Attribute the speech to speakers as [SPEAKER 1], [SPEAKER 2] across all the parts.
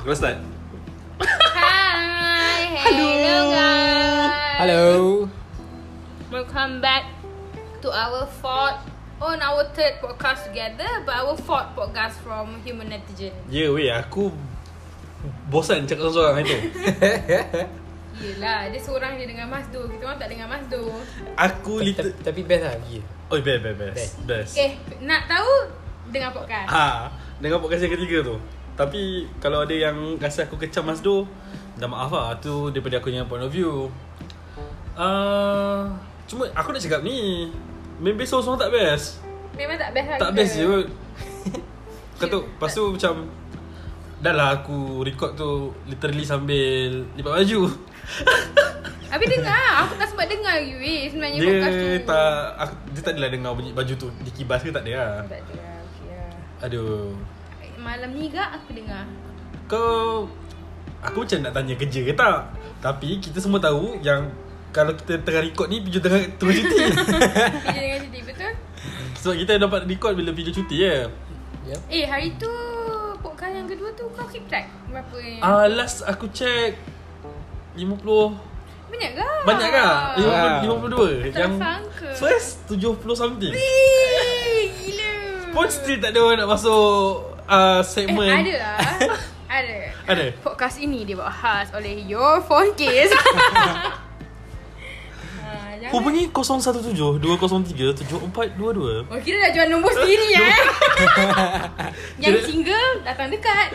[SPEAKER 1] Aku rasa tak?
[SPEAKER 2] Hai Hello guys
[SPEAKER 3] Hello.
[SPEAKER 2] Welcome back To our fourth On our third podcast together But our fourth podcast from Human Netizen
[SPEAKER 1] Ya yeah, weh aku Bosan cakap seorang hari tu
[SPEAKER 2] Yelah Dia seorang je dengan Mas Du Kita orang tak dengan Mas Du
[SPEAKER 1] Aku little
[SPEAKER 3] Ta- Tapi best lah pergi.
[SPEAKER 1] Oh best best best Best
[SPEAKER 2] Okay Eh, Nak tahu Dengar podcast
[SPEAKER 1] Ha Dengan podcast yang ketiga tu Tapi Kalau ada yang Rasa aku kecam Mas Do Dah maaf lah Tu daripada aku punya point of view uh, Cuma aku nak cakap ni Member seorang tak best
[SPEAKER 2] Memang tak best lah
[SPEAKER 1] Tak
[SPEAKER 2] kita.
[SPEAKER 1] best je kot Kau tu Lepas tu macam Dah lah aku record tu Literally sambil Lipat baju
[SPEAKER 2] Habis dengar Aku tak sempat dengar lagi weh Sebenarnya
[SPEAKER 1] Dia
[SPEAKER 2] podcast tu
[SPEAKER 1] tak aku, Dia tak adalah dengar bunyi baju tu Dikibas ke tak ada lah
[SPEAKER 2] Tak ada lah, okay lah.
[SPEAKER 1] Aduh
[SPEAKER 2] Malam ni gak aku dengar
[SPEAKER 1] Kau Aku macam nak tanya kerja ke tak Tapi kita semua tahu Yang Kalau kita tengah record ni Piju tengah tengah cuti
[SPEAKER 2] Dia dengan Siti betul?
[SPEAKER 1] Sebab kita dapat record Bila Piju cuti ya
[SPEAKER 3] Ya.
[SPEAKER 2] Eh hari tu podcast yang kedua tu kau keep track berapa yang?
[SPEAKER 1] Ah Last aku check 50
[SPEAKER 2] Banyak ke?
[SPEAKER 1] Banyak kah?
[SPEAKER 3] Ah.
[SPEAKER 1] 52
[SPEAKER 2] Tak
[SPEAKER 1] Yang
[SPEAKER 2] sangka.
[SPEAKER 1] first 70 something
[SPEAKER 2] Wih, gila.
[SPEAKER 1] Pun still tak ada orang nak masuk uh,
[SPEAKER 2] eh,
[SPEAKER 1] segmen
[SPEAKER 2] ada lah. ada.
[SPEAKER 1] Ada?
[SPEAKER 2] Podcast ini dibawa khas oleh Your Phone Case. Ah, jangan-
[SPEAKER 1] Hubungi 017-203-7422
[SPEAKER 2] Oh kira dah jual nombor sendiri eh Yang
[SPEAKER 1] Kira-
[SPEAKER 2] single datang dekat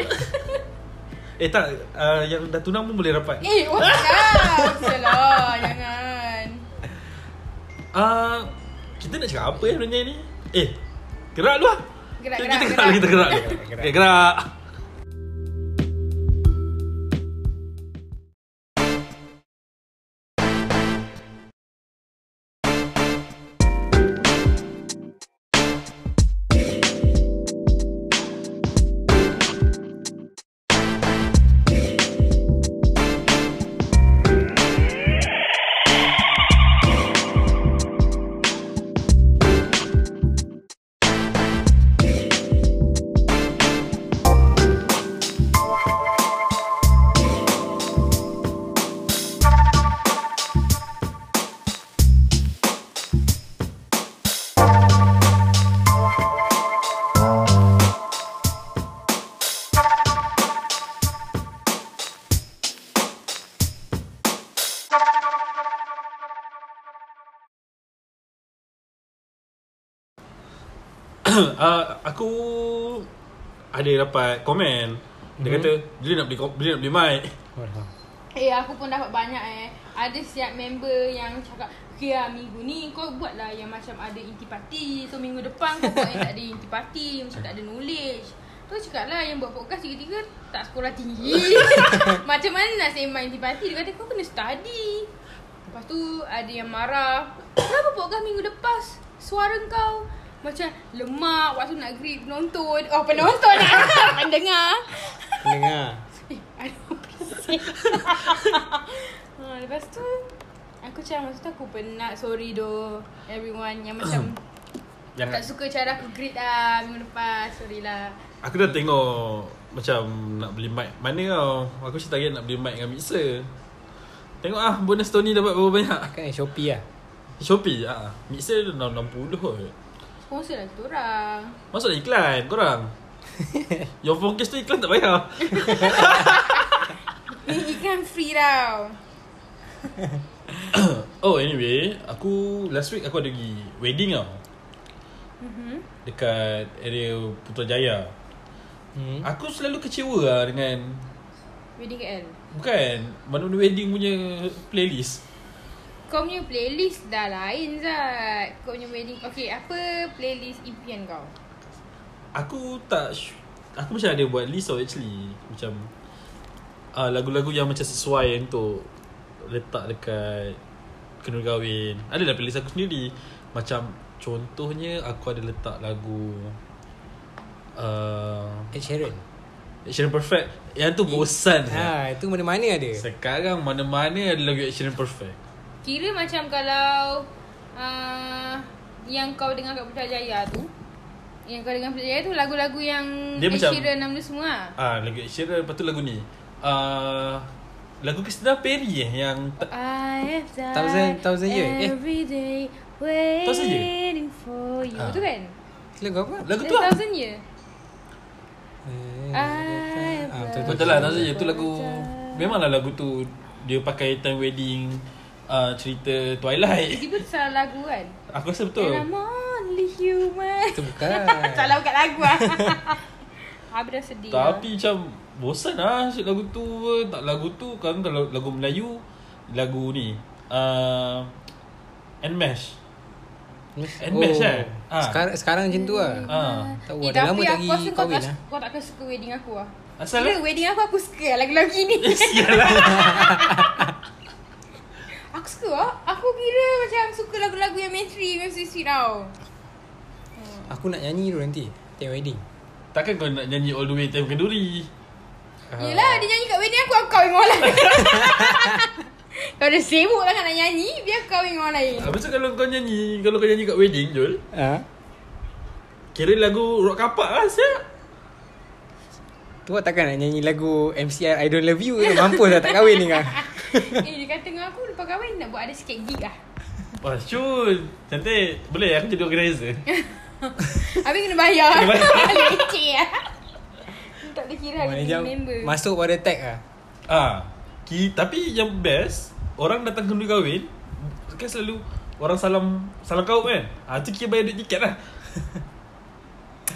[SPEAKER 1] Eh tak, uh, yang dah tunang pun boleh rapat
[SPEAKER 2] Eh oh tak Salah jangan
[SPEAKER 1] uh, Kita nak cakap apa eh sebenarnya ni? Eh, gerak dulu lah
[SPEAKER 2] Gerak,
[SPEAKER 1] kita,
[SPEAKER 2] gerak,
[SPEAKER 1] kita gerak,
[SPEAKER 2] gerak.
[SPEAKER 1] Kita gerak, dulu.
[SPEAKER 3] Gerak.
[SPEAKER 1] Okay, gerak uh, Aku ada dapat komen Dia
[SPEAKER 3] Mhm.
[SPEAKER 1] kata,
[SPEAKER 2] Hmm.
[SPEAKER 1] bila nak beli, bila nak beli mic
[SPEAKER 2] Eh aku pun dapat banyak eh Ada siap member yang cakap Okay lah minggu ni kau buat lah yang macam ada intipati So minggu depan kau buat yang tak ada intipati Macam tak ada knowledge Tu cakap lah yang buat podcast tiga-tiga tak sekolah tinggi Macam mana nak sembang intipati Dia kata kau kena study Lepas tu ada yang marah Kenapa podcast minggu lepas Suara kau macam lemak Waktu nak grip penonton Oh penonton nak ah. Pendengar
[SPEAKER 3] Dengar.
[SPEAKER 2] Eh, aduh perisik. ha, lepas tu aku macam masa tu aku penat sorry do everyone yang macam
[SPEAKER 1] Yang
[SPEAKER 2] tak suka cara aku greet lah minggu lepas sorry lah.
[SPEAKER 1] Aku dah tengok macam nak beli mic mana kau. Aku macam target nak beli mic dengan mixer. Tengok ah bonus tahun ni dapat berapa banyak.
[SPEAKER 3] Kan Shopee lah.
[SPEAKER 1] Shopee ah. Mixer dah 60 kot.
[SPEAKER 2] Sponsor lah kita orang.
[SPEAKER 1] Masuk dah iklan korang. Your focus tu iklan tak payah.
[SPEAKER 2] Ni iklan free tau.
[SPEAKER 1] oh anyway, aku last week aku ada pergi wedding tau.
[SPEAKER 2] Mhm.
[SPEAKER 1] Dekat area Putrajaya.
[SPEAKER 3] Hmm.
[SPEAKER 1] Aku selalu kecewa lah dengan
[SPEAKER 2] Wedding KL.
[SPEAKER 1] bukan mana wedding punya playlist.
[SPEAKER 2] Kau punya playlist dah lain Zat Kau punya wedding Okay apa playlist impian kau?
[SPEAKER 1] Aku tak sh- Aku macam ada buat list tau actually Macam uh, Lagu-lagu yang macam sesuai untuk Letak dekat Kenal kahwin Adalah playlist aku sendiri Macam Contohnya Aku ada letak lagu uh,
[SPEAKER 3] Ed Sheeran.
[SPEAKER 1] Action Perfect Yang tu bosan ha.
[SPEAKER 3] Ha, itu mana-mana ada.
[SPEAKER 1] Sekarang mana-mana ada lagu Action Perfect
[SPEAKER 2] Kira macam kalau uh, Yang kau dengar kat Putrajaya tu Yang kau dengan Pelik Jaya tu lagu-lagu yang
[SPEAKER 1] Dia
[SPEAKER 2] Ed
[SPEAKER 1] macam-
[SPEAKER 2] Sheeran nama dia semua lah.
[SPEAKER 1] Ah, lagu Ed Sheeran Lepas tu lagu ni uh, Lagu Christina Perry eh Yang ta-
[SPEAKER 2] I have died
[SPEAKER 3] Thousand- Thousand Year, eh?
[SPEAKER 2] Every day
[SPEAKER 1] Thousand Year?
[SPEAKER 2] Waiting for you
[SPEAKER 1] Ah.
[SPEAKER 2] Tu kan
[SPEAKER 3] Lagu apa?
[SPEAKER 1] Lagu
[SPEAKER 2] Eh,
[SPEAKER 1] tu lah Eh,
[SPEAKER 2] Thousand Year
[SPEAKER 3] Eh, ah, betul,
[SPEAKER 1] Betul lah Nazir Itu lagu Memanglah lagu tu Dia pakai time wedding uh, Cerita Twilight
[SPEAKER 2] Tiba-tiba tu salah lagu kan
[SPEAKER 1] Aku rasa betul
[SPEAKER 2] And I'm only human
[SPEAKER 3] Itu bukan.
[SPEAKER 2] Salah bukan lagu lah Habis dah sedih lah.
[SPEAKER 1] Tapi macam Bosan lah asyik lagu tu ke. Tak lagu tu Kan kalau lagu Melayu Lagu ni uh, Enmesh And match, eh? Ah.
[SPEAKER 3] Sekarang, Oh. sekarang macam tu lah.
[SPEAKER 1] Ah,
[SPEAKER 3] Tahu
[SPEAKER 2] eh, tapi
[SPEAKER 3] dah lama tak
[SPEAKER 2] aku
[SPEAKER 3] pergi
[SPEAKER 2] rasa kau
[SPEAKER 3] kahwin
[SPEAKER 2] tak,
[SPEAKER 3] lah.
[SPEAKER 2] kau takkan suka wedding aku lah
[SPEAKER 1] Asal
[SPEAKER 2] Kira
[SPEAKER 1] lah
[SPEAKER 2] wedding aku aku suka lah lagu-lagu ni
[SPEAKER 1] Sialah
[SPEAKER 2] Aku suka lah Aku kira macam suka lagu-lagu yang mainstream Yang sweet-sweet tau
[SPEAKER 3] Aku nak nyanyi tu nanti. Time wedding.
[SPEAKER 1] Takkan kau nak nyanyi All the way time kenduri Ah.
[SPEAKER 2] Yelah dia nyanyi kat wedding aku Aku kahwin dengan orang lain Kau dah sibuk sangat nak nyanyi Biar aku kahwin dengan orang lain
[SPEAKER 1] Habis tu Ah, kalau kau nyanyi Kalau kau nyanyi kat wedding Jol
[SPEAKER 3] Ha?
[SPEAKER 1] Kira lagu rock kapak lah siap
[SPEAKER 3] Tu awak takkan nak nyanyi lagu MCR I Don't Love You ke? Mampus lah tak kahwin ni kau.
[SPEAKER 2] Eh dia kata dengan aku Lepas kahwin nak buat ada sikit gig lah
[SPEAKER 1] Wah cun Cantik Boleh aku jadi organizer
[SPEAKER 2] Habis kena bayar
[SPEAKER 1] Kena bayar.
[SPEAKER 2] Leceh lah Tak boleh kira
[SPEAKER 3] Mana
[SPEAKER 2] Ada
[SPEAKER 3] jam
[SPEAKER 2] member
[SPEAKER 3] Masuk pada tag lah.
[SPEAKER 1] Ah, ki, Tapi yang best Orang datang kenduri kahwin Kan selalu Orang salam Salam kau kan ah, Tu kira bayar duit tiket lah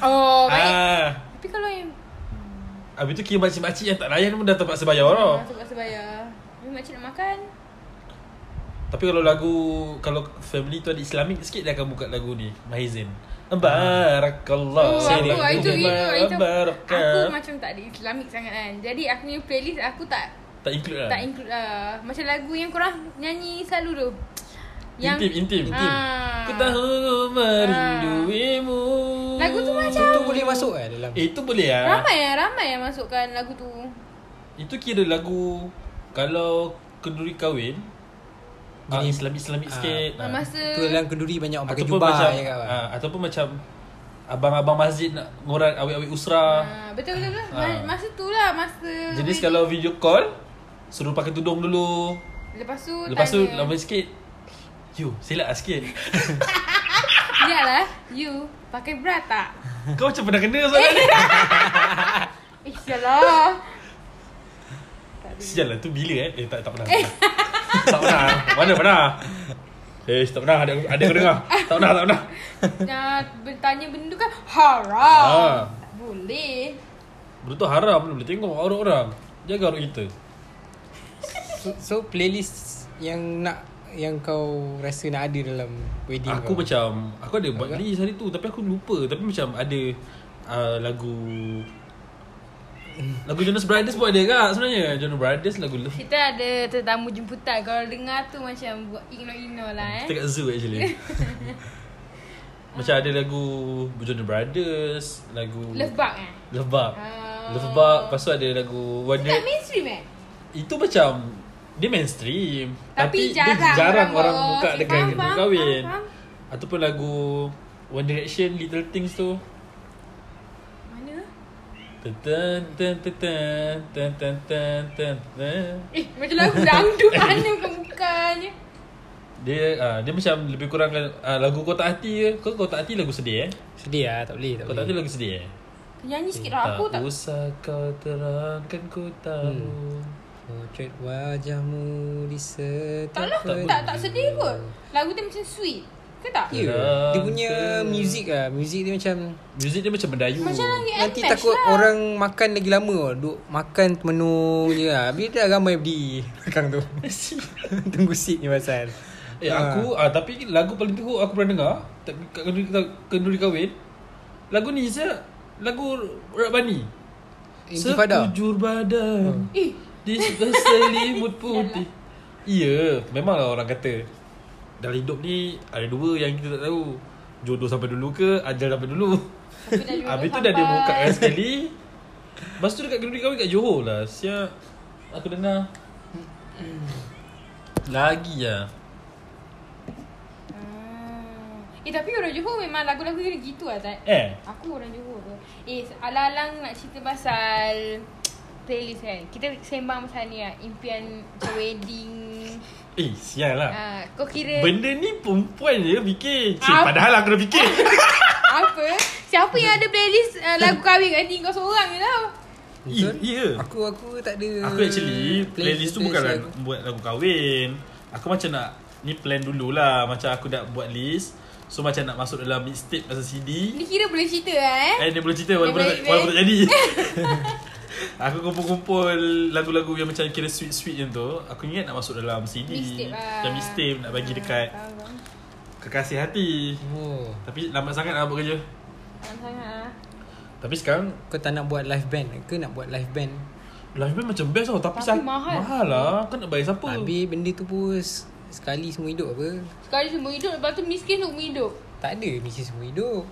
[SPEAKER 2] Oh baik
[SPEAKER 1] ah,
[SPEAKER 2] Tapi kalau yang
[SPEAKER 1] Habis tu kira makcik-makcik yang tak layan pun dah terpaksa bayar Ya, orang
[SPEAKER 2] ah, Sebab sebaya Tapi makcik nak makan
[SPEAKER 1] Tapi kalau lagu Kalau family tu ada Islamic sikit Dia akan buka lagu ni Mahizin Barakallah
[SPEAKER 2] Oh, aku,
[SPEAKER 1] Barakallah,
[SPEAKER 2] itu, itu, itu. Aku
[SPEAKER 1] Barakallah.
[SPEAKER 2] macam tak ada Islamic sangat kan Jadi aku punya playlist aku tak
[SPEAKER 1] Tak include lah
[SPEAKER 2] tak include lah Macam lagu yang korang nyanyi selalu tu
[SPEAKER 1] Intim Intim, intim.
[SPEAKER 2] Ah.
[SPEAKER 1] Ku tahu merinduimu
[SPEAKER 2] Lagu tu macam-
[SPEAKER 3] Tu, tu boleh masuk lah dalam.
[SPEAKER 1] Eh itu boleh lah
[SPEAKER 2] Ramai yang ramai yang masukkan lagu tu.
[SPEAKER 1] Itu kira lagu Kalau Kenduri kahwin ah, Islamic-Islamic
[SPEAKER 3] ah,
[SPEAKER 1] sikit
[SPEAKER 2] Ha. Masa
[SPEAKER 3] Tu dalam kenduri banyak orang pakai
[SPEAKER 1] Ataupun
[SPEAKER 3] jubah lah.
[SPEAKER 1] macam
[SPEAKER 3] je kau.
[SPEAKER 1] ah, Ataupun macam Abang-abang masjid nak ngorat awet-awet usra
[SPEAKER 2] ha, betul betul betul.
[SPEAKER 1] Ah.
[SPEAKER 2] Ha. Masa tu lah masa
[SPEAKER 1] Jenis
[SPEAKER 2] wedding.
[SPEAKER 1] kalau video call Suruh pakai tudung dulu
[SPEAKER 2] lepas tu
[SPEAKER 1] Lepas tu
[SPEAKER 2] tanya,
[SPEAKER 1] lama sikit You silap lah sikit
[SPEAKER 2] Yalah, you pakai bra tak?
[SPEAKER 1] Kau macam pernah kena soalan ni
[SPEAKER 2] Eh, sialah.
[SPEAKER 1] Sial lah tu bila eh Eh tak, tak pernah Tak pernah Mana pernah Eh tak pernah ada, ada kau dengar Tak pernah tak pernah
[SPEAKER 2] Nak bertanya benda tu kan haram.
[SPEAKER 1] Ah.
[SPEAKER 2] Tak boleh.
[SPEAKER 1] Benda tu haram Belum boleh tengok orang-orang Jaga orang kita
[SPEAKER 3] So, so playlist yang nak yang kau rasa nak ada dalam wedding
[SPEAKER 1] Aku
[SPEAKER 3] kau.
[SPEAKER 1] macam Aku ada buat list hari tu Tapi aku lupa Tapi macam ada uh, Lagu Lagu Jonas Brothers pun ada kak sebenarnya Jonas Brothers lagu Love
[SPEAKER 2] Kita ada tetamu jemputan. Kalau dengar tu macam buat igno-igno lah
[SPEAKER 1] Kita
[SPEAKER 2] eh.
[SPEAKER 1] kat zoo actually Macam ada lagu Jonas Brothers Lagu
[SPEAKER 2] Love bug eh.
[SPEAKER 1] Love Bug
[SPEAKER 2] Ah.
[SPEAKER 1] Love Bug Lepas tu ada lagu One
[SPEAKER 2] Tak
[SPEAKER 1] Night
[SPEAKER 2] mainstream eh?
[SPEAKER 1] Itu macam Dia mainstream
[SPEAKER 2] Tapi,
[SPEAKER 1] dia
[SPEAKER 2] jarang
[SPEAKER 1] jarang orang
[SPEAKER 2] buat.
[SPEAKER 1] buka
[SPEAKER 2] Okay,
[SPEAKER 1] dekat
[SPEAKER 2] faham, faham,
[SPEAKER 1] kahwin
[SPEAKER 2] faham,
[SPEAKER 1] Ataupun lagu One Direction Little Things tu
[SPEAKER 2] faham. Mana?
[SPEAKER 1] Tan tan tan tan tan tan tan tan tan.
[SPEAKER 2] Eh, macam lagu dangdut mana bukan-bukannya.
[SPEAKER 1] Dia ah, dia macam lebih kurang ah, lagu Kota Hati ke? Kau Kota Hati lagu sedih eh?
[SPEAKER 3] Sedih lah, tak boleh. Tak
[SPEAKER 1] Kota
[SPEAKER 3] boleh.
[SPEAKER 1] Hati lagu sedih eh?
[SPEAKER 2] Nyanyi sikit lah aku tak.
[SPEAKER 1] usah kau terangkan ku tahu.
[SPEAKER 3] Potret wajahmu di
[SPEAKER 2] Tak
[SPEAKER 3] setiap
[SPEAKER 2] lah,
[SPEAKER 1] Tak
[SPEAKER 2] tak, tak sedih kot. Lagu tu macam sweet. Ke tak?
[SPEAKER 3] Ya,
[SPEAKER 1] Lah,
[SPEAKER 3] Dia punya music lah. Music dia macam
[SPEAKER 1] Muzik dia macam mendayu.
[SPEAKER 2] Macam lagi
[SPEAKER 3] Nanti takut
[SPEAKER 2] lah.
[SPEAKER 3] lah. orang makan lagi lama tau. Duk makan menu je lah. Habis dah ramai berdiri belakang tu. Tunggu seat ni pasal.
[SPEAKER 1] Eh aku ah, tapi lagu paling teruk aku pernah dengar tak- kat kenduri, kenduri kahwin. Lagu ni je lagu Rat Bani.
[SPEAKER 3] Intifada.
[SPEAKER 1] Sekujur badan.
[SPEAKER 2] Eh,
[SPEAKER 1] Di sebelah selimut putih Ya Memanglah orang kata Dalam hidup ni Ada dua yang kita tak tahu Jodoh sampai dulu ke Ajal sampai dulu
[SPEAKER 2] tapi dah
[SPEAKER 1] Habis
[SPEAKER 2] jodoh
[SPEAKER 1] tu dah dia
[SPEAKER 2] sampai.
[SPEAKER 1] buka kan sekali Lepas tu dekat kedua kahwin kat Johor lah Siap Aku dengar ya? Lagi lah
[SPEAKER 2] Ah. Eh tapi orang Johor memang lagu-lagu dia gitu lah tak?
[SPEAKER 1] Eh
[SPEAKER 2] Aku orang Johor ke? Eh alang-alang nak cerita pasal playlist kan. Kita sembang pasal ni lah. Impian macam wedding.
[SPEAKER 1] Eh sial lah
[SPEAKER 2] Ah, kau kira
[SPEAKER 1] Benda ni perempuan je fikir Cik,
[SPEAKER 2] Ah.
[SPEAKER 1] Padahal aku dah fikir
[SPEAKER 2] apa? Siapa yang ada playlist uh, lagu kahwin kat hati kau seorang je tau?
[SPEAKER 1] Ya yeah.
[SPEAKER 3] Aku aku tak ada
[SPEAKER 1] Aku actually Playlist tu bukan lagu, buat lagu kahwin Aku macam nak Ni plan dululah Macam aku nak buat list So macam nak masuk dalam mixtape Pasal CD
[SPEAKER 2] Ni kira boleh cerita lah eh.
[SPEAKER 1] Eh dia boleh cerita Walaupun,
[SPEAKER 2] Dia
[SPEAKER 1] tak,
[SPEAKER 2] boleh-
[SPEAKER 1] walaupun tak jadi Aku kumpul-kumpul Lagu-lagu yang macam Kira sweet-sweet yang tu Aku ingat nak masuk dalam CD
[SPEAKER 2] Mixtape lah.
[SPEAKER 1] Yang mixtape Nak bagi dekat
[SPEAKER 2] Ah, faham, faham.
[SPEAKER 1] Kekasih hati
[SPEAKER 3] Oh.
[SPEAKER 1] Tapi lambat sangat lah buat kerja
[SPEAKER 2] Faham sangat lah.
[SPEAKER 1] Tapi sekarang
[SPEAKER 3] Kau tak nak buat live band ke nak buat live band?
[SPEAKER 1] Live band macam best tau Tapi,
[SPEAKER 2] Tapi
[SPEAKER 1] sak-
[SPEAKER 2] mahal.
[SPEAKER 1] Mahal lah Kau nak bayar siapa
[SPEAKER 3] Habis benda tu pun s- sekali semua hidup apa?
[SPEAKER 2] Sekali semua hidup Lepas tu miskin seumur hidup
[SPEAKER 3] Tak ada mesti semua hidup.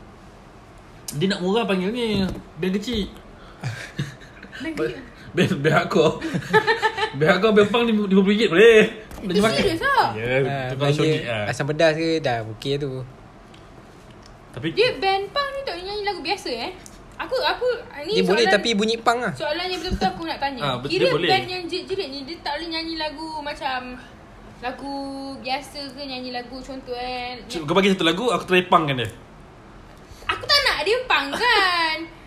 [SPEAKER 1] Dia nak murah panggil ni Band kecil
[SPEAKER 2] Lagi
[SPEAKER 1] Band, band hardcore Band hardcore band punk RM50 boleh Nak
[SPEAKER 2] Eh, Dia serius tak?
[SPEAKER 1] Ya yeah,
[SPEAKER 3] Ah,
[SPEAKER 1] Tukar
[SPEAKER 3] belanja
[SPEAKER 1] syodik lah
[SPEAKER 3] Asam pedas ke dah okey tu.
[SPEAKER 1] Tapi
[SPEAKER 2] Dia band punk ni tak boleh nyanyi lagu biasa eh Aku aku ni
[SPEAKER 3] Dia boleh
[SPEAKER 2] soalan-
[SPEAKER 3] tapi bunyi pang lah.
[SPEAKER 2] Soalan yang betul-betul aku nak tanya
[SPEAKER 1] Ah,
[SPEAKER 2] ha,
[SPEAKER 1] betul-
[SPEAKER 2] Kira
[SPEAKER 1] dia boleh.
[SPEAKER 2] band yang jerit-jerit ni Dia tak boleh nyanyi lagu macam Lagu biasa ke nyanyi lagu contoh eh
[SPEAKER 1] Cik, Kau bagi satu lagu Aku try punk kan dia
[SPEAKER 2] Aku tak nak dia punk kan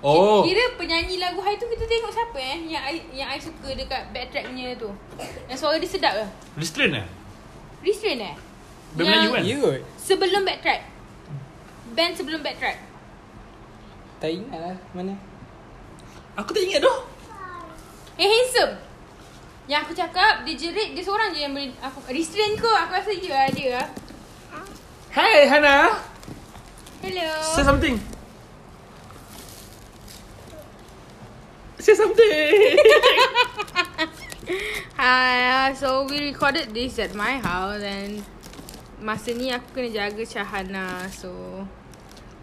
[SPEAKER 1] Oh
[SPEAKER 2] Kira penyanyi lagu hari tu kita tengok siapa eh Yang I, yang I suka dekat backtrack punya tu Yang suara dia sedap ke
[SPEAKER 1] Restrain lah
[SPEAKER 2] Restrain eh
[SPEAKER 1] Band Melayu kan
[SPEAKER 3] Ya kot.
[SPEAKER 2] Sebelum backtrack Band sebelum backtrack
[SPEAKER 3] Tak ingat lah mana.
[SPEAKER 1] Aku tak ingat tu
[SPEAKER 2] Eh handsome Yang aku cakap Dia jerit Dia seorang je yang boleh aku, Restrain kot Aku rasa dia lah dia lah
[SPEAKER 1] Hai Hana
[SPEAKER 2] Hello
[SPEAKER 1] Say something Say something
[SPEAKER 2] Hi uh, So we recorded this at my house And Masa ni aku kena jaga Syahana So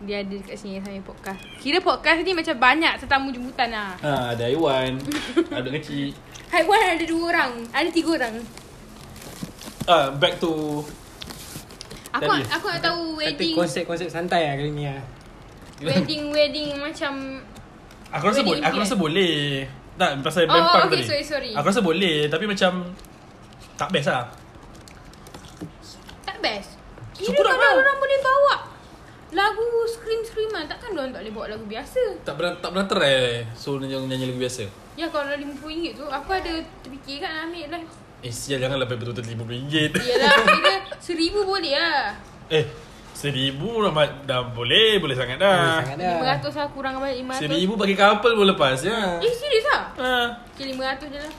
[SPEAKER 2] Dia ada dekat sini sambil podcast Kira podcast ni macam banyak tetamu jemputan lah
[SPEAKER 1] Ah, ada Iwan Ada kecil
[SPEAKER 2] Haiwan ada dua orang Ada tiga orang
[SPEAKER 1] Ah, back to
[SPEAKER 2] Aku
[SPEAKER 1] Tadi.
[SPEAKER 2] aku nak tahu
[SPEAKER 3] Tapi
[SPEAKER 2] wedding
[SPEAKER 3] konsep-konsep santai lah kali ni lah.
[SPEAKER 2] Wedding wedding macam
[SPEAKER 1] Aku rasa boleh
[SPEAKER 2] Wedding
[SPEAKER 1] Aku
[SPEAKER 2] impian.
[SPEAKER 1] rasa boleh Tak pasal
[SPEAKER 2] Oh,
[SPEAKER 1] band
[SPEAKER 2] oh,
[SPEAKER 1] punk
[SPEAKER 2] okay,
[SPEAKER 1] tadi
[SPEAKER 2] sorry, sorry.
[SPEAKER 1] Aku rasa boleh Tapi macam Tak best lah
[SPEAKER 2] Tak best
[SPEAKER 1] Syukur tak
[SPEAKER 2] Kira kalau
[SPEAKER 1] best.
[SPEAKER 2] orang boleh bawa Lagu scream-screaman Takkan orang tak boleh bawa lagu biasa
[SPEAKER 1] Tak pernah tak pernah try So nyanyi, nyanyi lagu biasa
[SPEAKER 2] Ya kalau RM50 tu Aku ada terfikir kan ambil lah
[SPEAKER 1] Eh sial janganlah bayar betul-betul RM50
[SPEAKER 2] Yelah kira RM1,000 boleh lah
[SPEAKER 1] Eh Seribu dah, ma- dah boleh Boleh sangat
[SPEAKER 3] Boleh
[SPEAKER 1] dah
[SPEAKER 3] sangat dah.
[SPEAKER 2] RM500 lah kurang balik RM500
[SPEAKER 1] Seribu bagi couple pun lepas ya.
[SPEAKER 2] Eh serius lah
[SPEAKER 1] Ha.
[SPEAKER 2] Okay RM500 je lah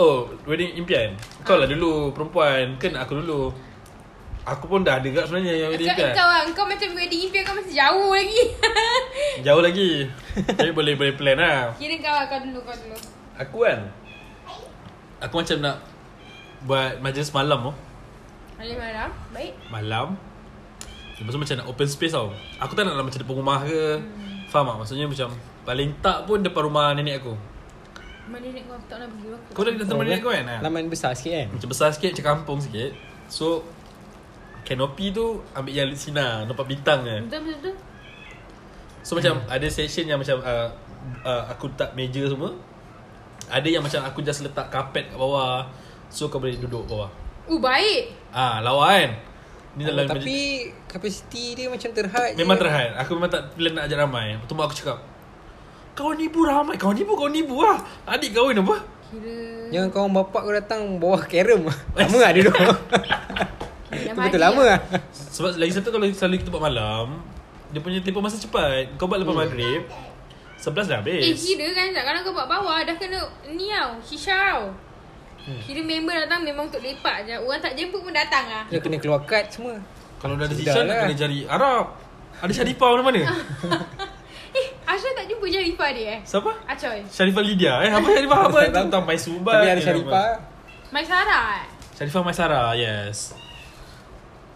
[SPEAKER 1] Oh wedding impian Kau lah dulu perempuan Kan aku dulu Aku pun dah ada kat sebenarnya yang kan? wedding
[SPEAKER 2] kau,
[SPEAKER 1] impian
[SPEAKER 2] kau, lah, kau macam wedding impian kau masih jauh lagi
[SPEAKER 1] Jauh lagi Tapi boleh boleh plan lah
[SPEAKER 2] Kira kau lah kau dulu kau dulu
[SPEAKER 1] Aku kan Aku macam nak Buat majlis malam oh.
[SPEAKER 2] Alim Haram Baik
[SPEAKER 1] Malam Lepas tu macam nak open space tau Aku tak nak dalam macam depan rumah ke hmm. Faham tak? Maksudnya macam Paling tak pun depan rumah nenek aku
[SPEAKER 2] Mana nenek kau aku tak nak pergi aku
[SPEAKER 1] Kau dah datang
[SPEAKER 3] Oh,
[SPEAKER 1] rumah nenek kau kan? Ha?
[SPEAKER 3] Laman besar sikit kan?
[SPEAKER 1] Macam besar sikit Macam kampung sikit So Canopy tu Ambil yang Sina Nampak bintang je
[SPEAKER 2] Betul-betul
[SPEAKER 1] So macam Ada section yang macam uh, uh, Aku letak meja semua Ada yang macam Aku just letak karpet kat bawah So kau boleh duduk bawah
[SPEAKER 2] Uh baik
[SPEAKER 1] Ah, lawa kan. Ni dalam
[SPEAKER 3] Oh, tapi kapasiti dia macam terhad
[SPEAKER 1] memang
[SPEAKER 3] je.
[SPEAKER 1] terhad. Aku memang tak plan nak ajak ramai. Lepas tu mak aku cakap, "Kawan ibu ramai, kawan ibu, kawan ibu lah. Adik kahwin apa?"
[SPEAKER 2] Kira
[SPEAKER 3] Jangan kawan bapak kau datang bawa kerem Lama lah dia duduk
[SPEAKER 2] Yang
[SPEAKER 3] Itu
[SPEAKER 2] mati
[SPEAKER 3] betul lama
[SPEAKER 2] lah.
[SPEAKER 3] lah
[SPEAKER 1] Sebab lagi satu kalau selalu kita buat malam, dia punya tempoh masa cepat. Kau buat lepas
[SPEAKER 3] Hmm.
[SPEAKER 1] maghrib, 11 dah
[SPEAKER 2] Eh
[SPEAKER 1] habis.
[SPEAKER 2] kira kan tak Kalau kau buat bawah Dah kena ni tau Shisha tau Kira member datang Memang untuk lepak je Orang tak jemput pun datang lah
[SPEAKER 3] Dia kena keluar kad semua
[SPEAKER 1] Kalau dah ada
[SPEAKER 3] Sudah
[SPEAKER 1] sisa
[SPEAKER 3] lah.
[SPEAKER 1] nak kena cari Arab. Ada Sharifah mana-mana.
[SPEAKER 2] Eh Ashraf tak jumpa Sharifah dia eh
[SPEAKER 1] Siapa?
[SPEAKER 2] Acoy
[SPEAKER 1] Syarifah Lydia eh Apa Syarifah apa
[SPEAKER 3] Tak
[SPEAKER 1] itu
[SPEAKER 3] tahu.
[SPEAKER 1] Tentang Mai Subat
[SPEAKER 3] Ah, Tapi ada
[SPEAKER 1] eh,
[SPEAKER 3] Syarifah
[SPEAKER 1] apa.
[SPEAKER 2] Mai Sarah eh
[SPEAKER 1] Syarifah Mai Sarah Yes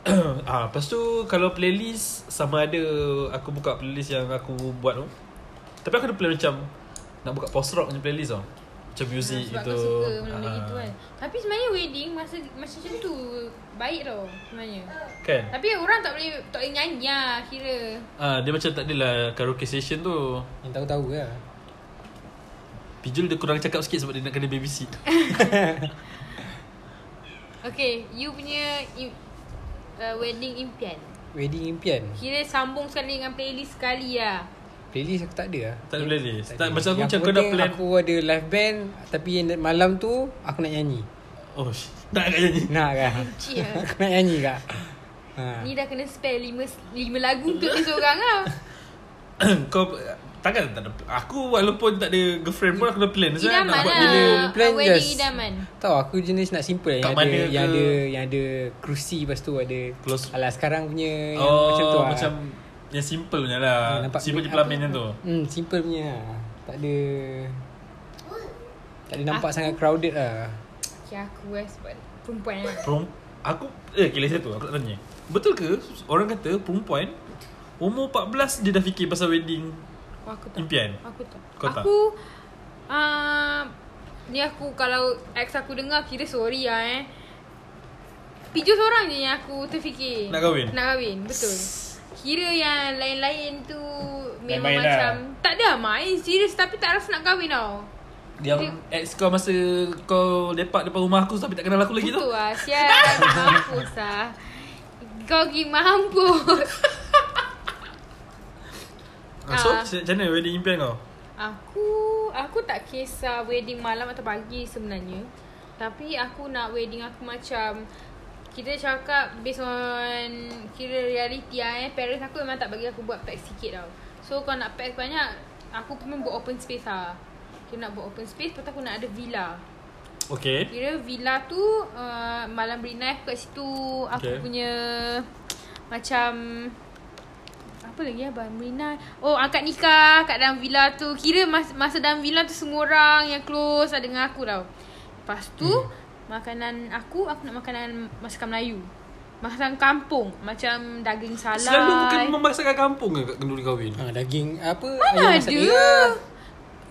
[SPEAKER 1] ah, Lepas tu Kalau playlist Sama ada Aku buka playlist yang aku buat tu Tapi aku ada plan macam Nak buka post rock punya playlist tau Macam music
[SPEAKER 2] Hmm, Sebab
[SPEAKER 1] gitu
[SPEAKER 2] kau suka benda-benda
[SPEAKER 1] Ah.
[SPEAKER 2] gitu kan Tapi sebenarnya wedding Masa masa macam tu Baik tau Sebenarnya
[SPEAKER 1] Kan
[SPEAKER 2] Tapi orang tak boleh Tak boleh nyanyi lah Kira
[SPEAKER 1] ah, Dia macam tak adalah Karaoke session tu
[SPEAKER 3] Yang tahu-tahu lah
[SPEAKER 1] Pijul dia kurang cakap sikit Sebab dia nak kena babysit
[SPEAKER 2] Okay You punya im- uh, Wedding impian
[SPEAKER 3] Wedding impian
[SPEAKER 2] Kira sambung sekali Dengan playlist sekali lah
[SPEAKER 3] Playlist aku tak ada lah
[SPEAKER 1] Tak ada playlist
[SPEAKER 3] Tak
[SPEAKER 1] tak,
[SPEAKER 3] ada.
[SPEAKER 1] Macam aku
[SPEAKER 3] Yang
[SPEAKER 1] macam kau dah
[SPEAKER 3] penting
[SPEAKER 1] plan
[SPEAKER 3] Aku ada live band Tapi yang malam tu Aku nak nyanyi
[SPEAKER 1] Oh sh- Tak nak nyanyi
[SPEAKER 3] Nak kan
[SPEAKER 2] Cia.
[SPEAKER 3] Aku nak nyanyi kak ha.
[SPEAKER 1] Ah.
[SPEAKER 2] Ni dah kena spare lima, lima lagu Untuk dia seorang lah
[SPEAKER 1] Kau Takkan tak ada Aku walaupun tak ada Girlfriend pun aku dah plan saya
[SPEAKER 2] Idaman
[SPEAKER 1] buat
[SPEAKER 2] lah
[SPEAKER 1] bila
[SPEAKER 3] Plan
[SPEAKER 2] Uh, Wedding
[SPEAKER 3] just-
[SPEAKER 2] idaman
[SPEAKER 3] Tahu aku jenis nak simple
[SPEAKER 1] Kat
[SPEAKER 3] Yang
[SPEAKER 1] mana
[SPEAKER 3] ada
[SPEAKER 1] ke?
[SPEAKER 3] Yang ada Yang ada kerusi Lepas tu ada
[SPEAKER 1] Close.
[SPEAKER 3] Alah sekarang punya yang
[SPEAKER 1] Oh
[SPEAKER 3] Macam tu lah.
[SPEAKER 1] Macam Yang simple punya lah
[SPEAKER 3] nampak
[SPEAKER 1] Simple je
[SPEAKER 3] duit
[SPEAKER 1] pelamin
[SPEAKER 3] apa.
[SPEAKER 1] yang tu
[SPEAKER 3] Hmm simple punya lah Tak ada Tak ada nampak sangat crowded lah
[SPEAKER 2] Okay aku eh Sebab perempuan lah
[SPEAKER 1] Perum, aku eh okay, satu aku nak tanya. Betul ke orang kata perempuan umur 14 dia dah fikir pasal wedding?
[SPEAKER 2] Oh, aku tak.
[SPEAKER 1] Impian?
[SPEAKER 2] Aku tak.
[SPEAKER 1] Kau tak?
[SPEAKER 2] aku, Uh, ni aku kalau ex aku dengar kira sorry lah eh. Piju seorang je yang aku terfikir.
[SPEAKER 1] Nak kahwin?
[SPEAKER 2] Nak kahwin, betul. Kira yang lain-lain tu memang
[SPEAKER 1] Main-main lah.
[SPEAKER 2] main macam tak ada main serius tapi tak rasa nak kahwin tau.
[SPEAKER 1] Yang ex kau masa kau lepak depan rumah aku tapi tak kenal aku lagi tu.
[SPEAKER 2] Betul lah Sial Mampus lah Kau pergi mampus
[SPEAKER 1] Ah, so
[SPEAKER 2] Ah.
[SPEAKER 1] macam mana wedding impian kau?
[SPEAKER 2] Aku aku tak kisah wedding malam atau pagi sebenarnya. Tapi aku nak wedding aku macam kita cakap based on kira reality lah eh. Parents aku memang tak bagi aku buat pack sikit tau. So kalau nak pack banyak, aku pun buat open space lah. Kira nak buat open space, lepas tu aku nak ada villa.
[SPEAKER 1] Okay.
[SPEAKER 2] Kira villa tu uh, malam berinai aku kat situ. Aku
[SPEAKER 1] Okay.
[SPEAKER 2] okay. punya macam apa lagi ya Malam berinai. Oh, akad nikah kat dalam villa tu. Kira mas, masa dalam villa tu semua orang yang close lah dengan aku tau. Lepas tu hmm. makanan aku aku nak makanan masakan Melayu. Masakan kampung macam daging salai.
[SPEAKER 1] Selalu bukan memasakkan kampung ke kat kenduri kahwin?
[SPEAKER 3] ha, Daging apa
[SPEAKER 2] Mana
[SPEAKER 3] masak
[SPEAKER 2] ada?
[SPEAKER 3] Ya. merah.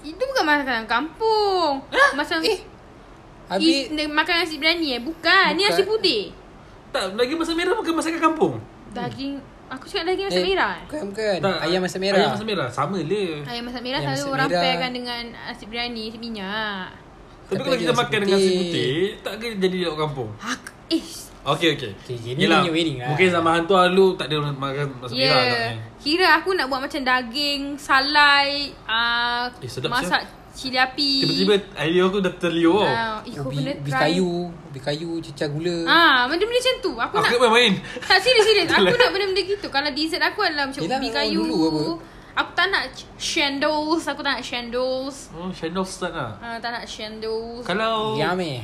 [SPEAKER 2] Itu bukan makanan kampung. Macam eh,
[SPEAKER 3] Habis
[SPEAKER 2] makanan nasi berani eh? Bukan. bukan. Ni
[SPEAKER 3] Bukan.
[SPEAKER 2] nasi putih.
[SPEAKER 1] Tak, lagi masa merah bukan masakan kampung.
[SPEAKER 2] Daging Aku cakap daging masak
[SPEAKER 3] eh,
[SPEAKER 2] merah eh?
[SPEAKER 3] Bukan bukan
[SPEAKER 1] Tak,
[SPEAKER 3] Ayam masak merah
[SPEAKER 1] Kan, Ayam masak merah sama je.
[SPEAKER 2] Ayam masak merah
[SPEAKER 3] Ayam
[SPEAKER 2] selalu
[SPEAKER 3] masak
[SPEAKER 2] orang
[SPEAKER 3] merah.
[SPEAKER 2] pairkan dengan nasi biryani, nasi minyak
[SPEAKER 1] Tapi
[SPEAKER 3] Tapi
[SPEAKER 1] kalau
[SPEAKER 3] ada
[SPEAKER 1] kita
[SPEAKER 3] nasi
[SPEAKER 1] makan dengan nasi
[SPEAKER 3] putih.
[SPEAKER 1] putih, tak ke jadi lauk kampung?
[SPEAKER 2] Aku Eh
[SPEAKER 1] Okay, okay.
[SPEAKER 3] Okay, ini punya wedding lah.
[SPEAKER 1] Mungkin zaman hantu lalu tak ada orang makan lah masak
[SPEAKER 2] Ya
[SPEAKER 1] merah agaknya.
[SPEAKER 2] yeah. Kira aku nak buat macam daging, salai uh,
[SPEAKER 1] Eh, sedap,
[SPEAKER 2] Masak cili api
[SPEAKER 1] Tiba-tiba oh. idea aku dah terliur tau.
[SPEAKER 2] Ah, eh, kau
[SPEAKER 3] Ubi,
[SPEAKER 2] kena
[SPEAKER 3] ubi
[SPEAKER 2] try.
[SPEAKER 3] kayu Ubi kayu Cecah gula
[SPEAKER 2] Ah, benda-benda macam tu. Aku,
[SPEAKER 1] Aku
[SPEAKER 2] nak
[SPEAKER 1] nak main-main
[SPEAKER 2] tak serius serius. Aku nak benda-benda gitu. Kalau dessert aku adalah macam
[SPEAKER 3] Yelah,
[SPEAKER 2] ubi
[SPEAKER 3] orang
[SPEAKER 2] kayu.
[SPEAKER 3] dulu apa?
[SPEAKER 2] Aku tak nak ch- chendolls, aku tak nak chendolls.
[SPEAKER 1] Oh Shandor start lah
[SPEAKER 2] Ah, tak nak chendolls.
[SPEAKER 1] Kalau
[SPEAKER 3] Yummy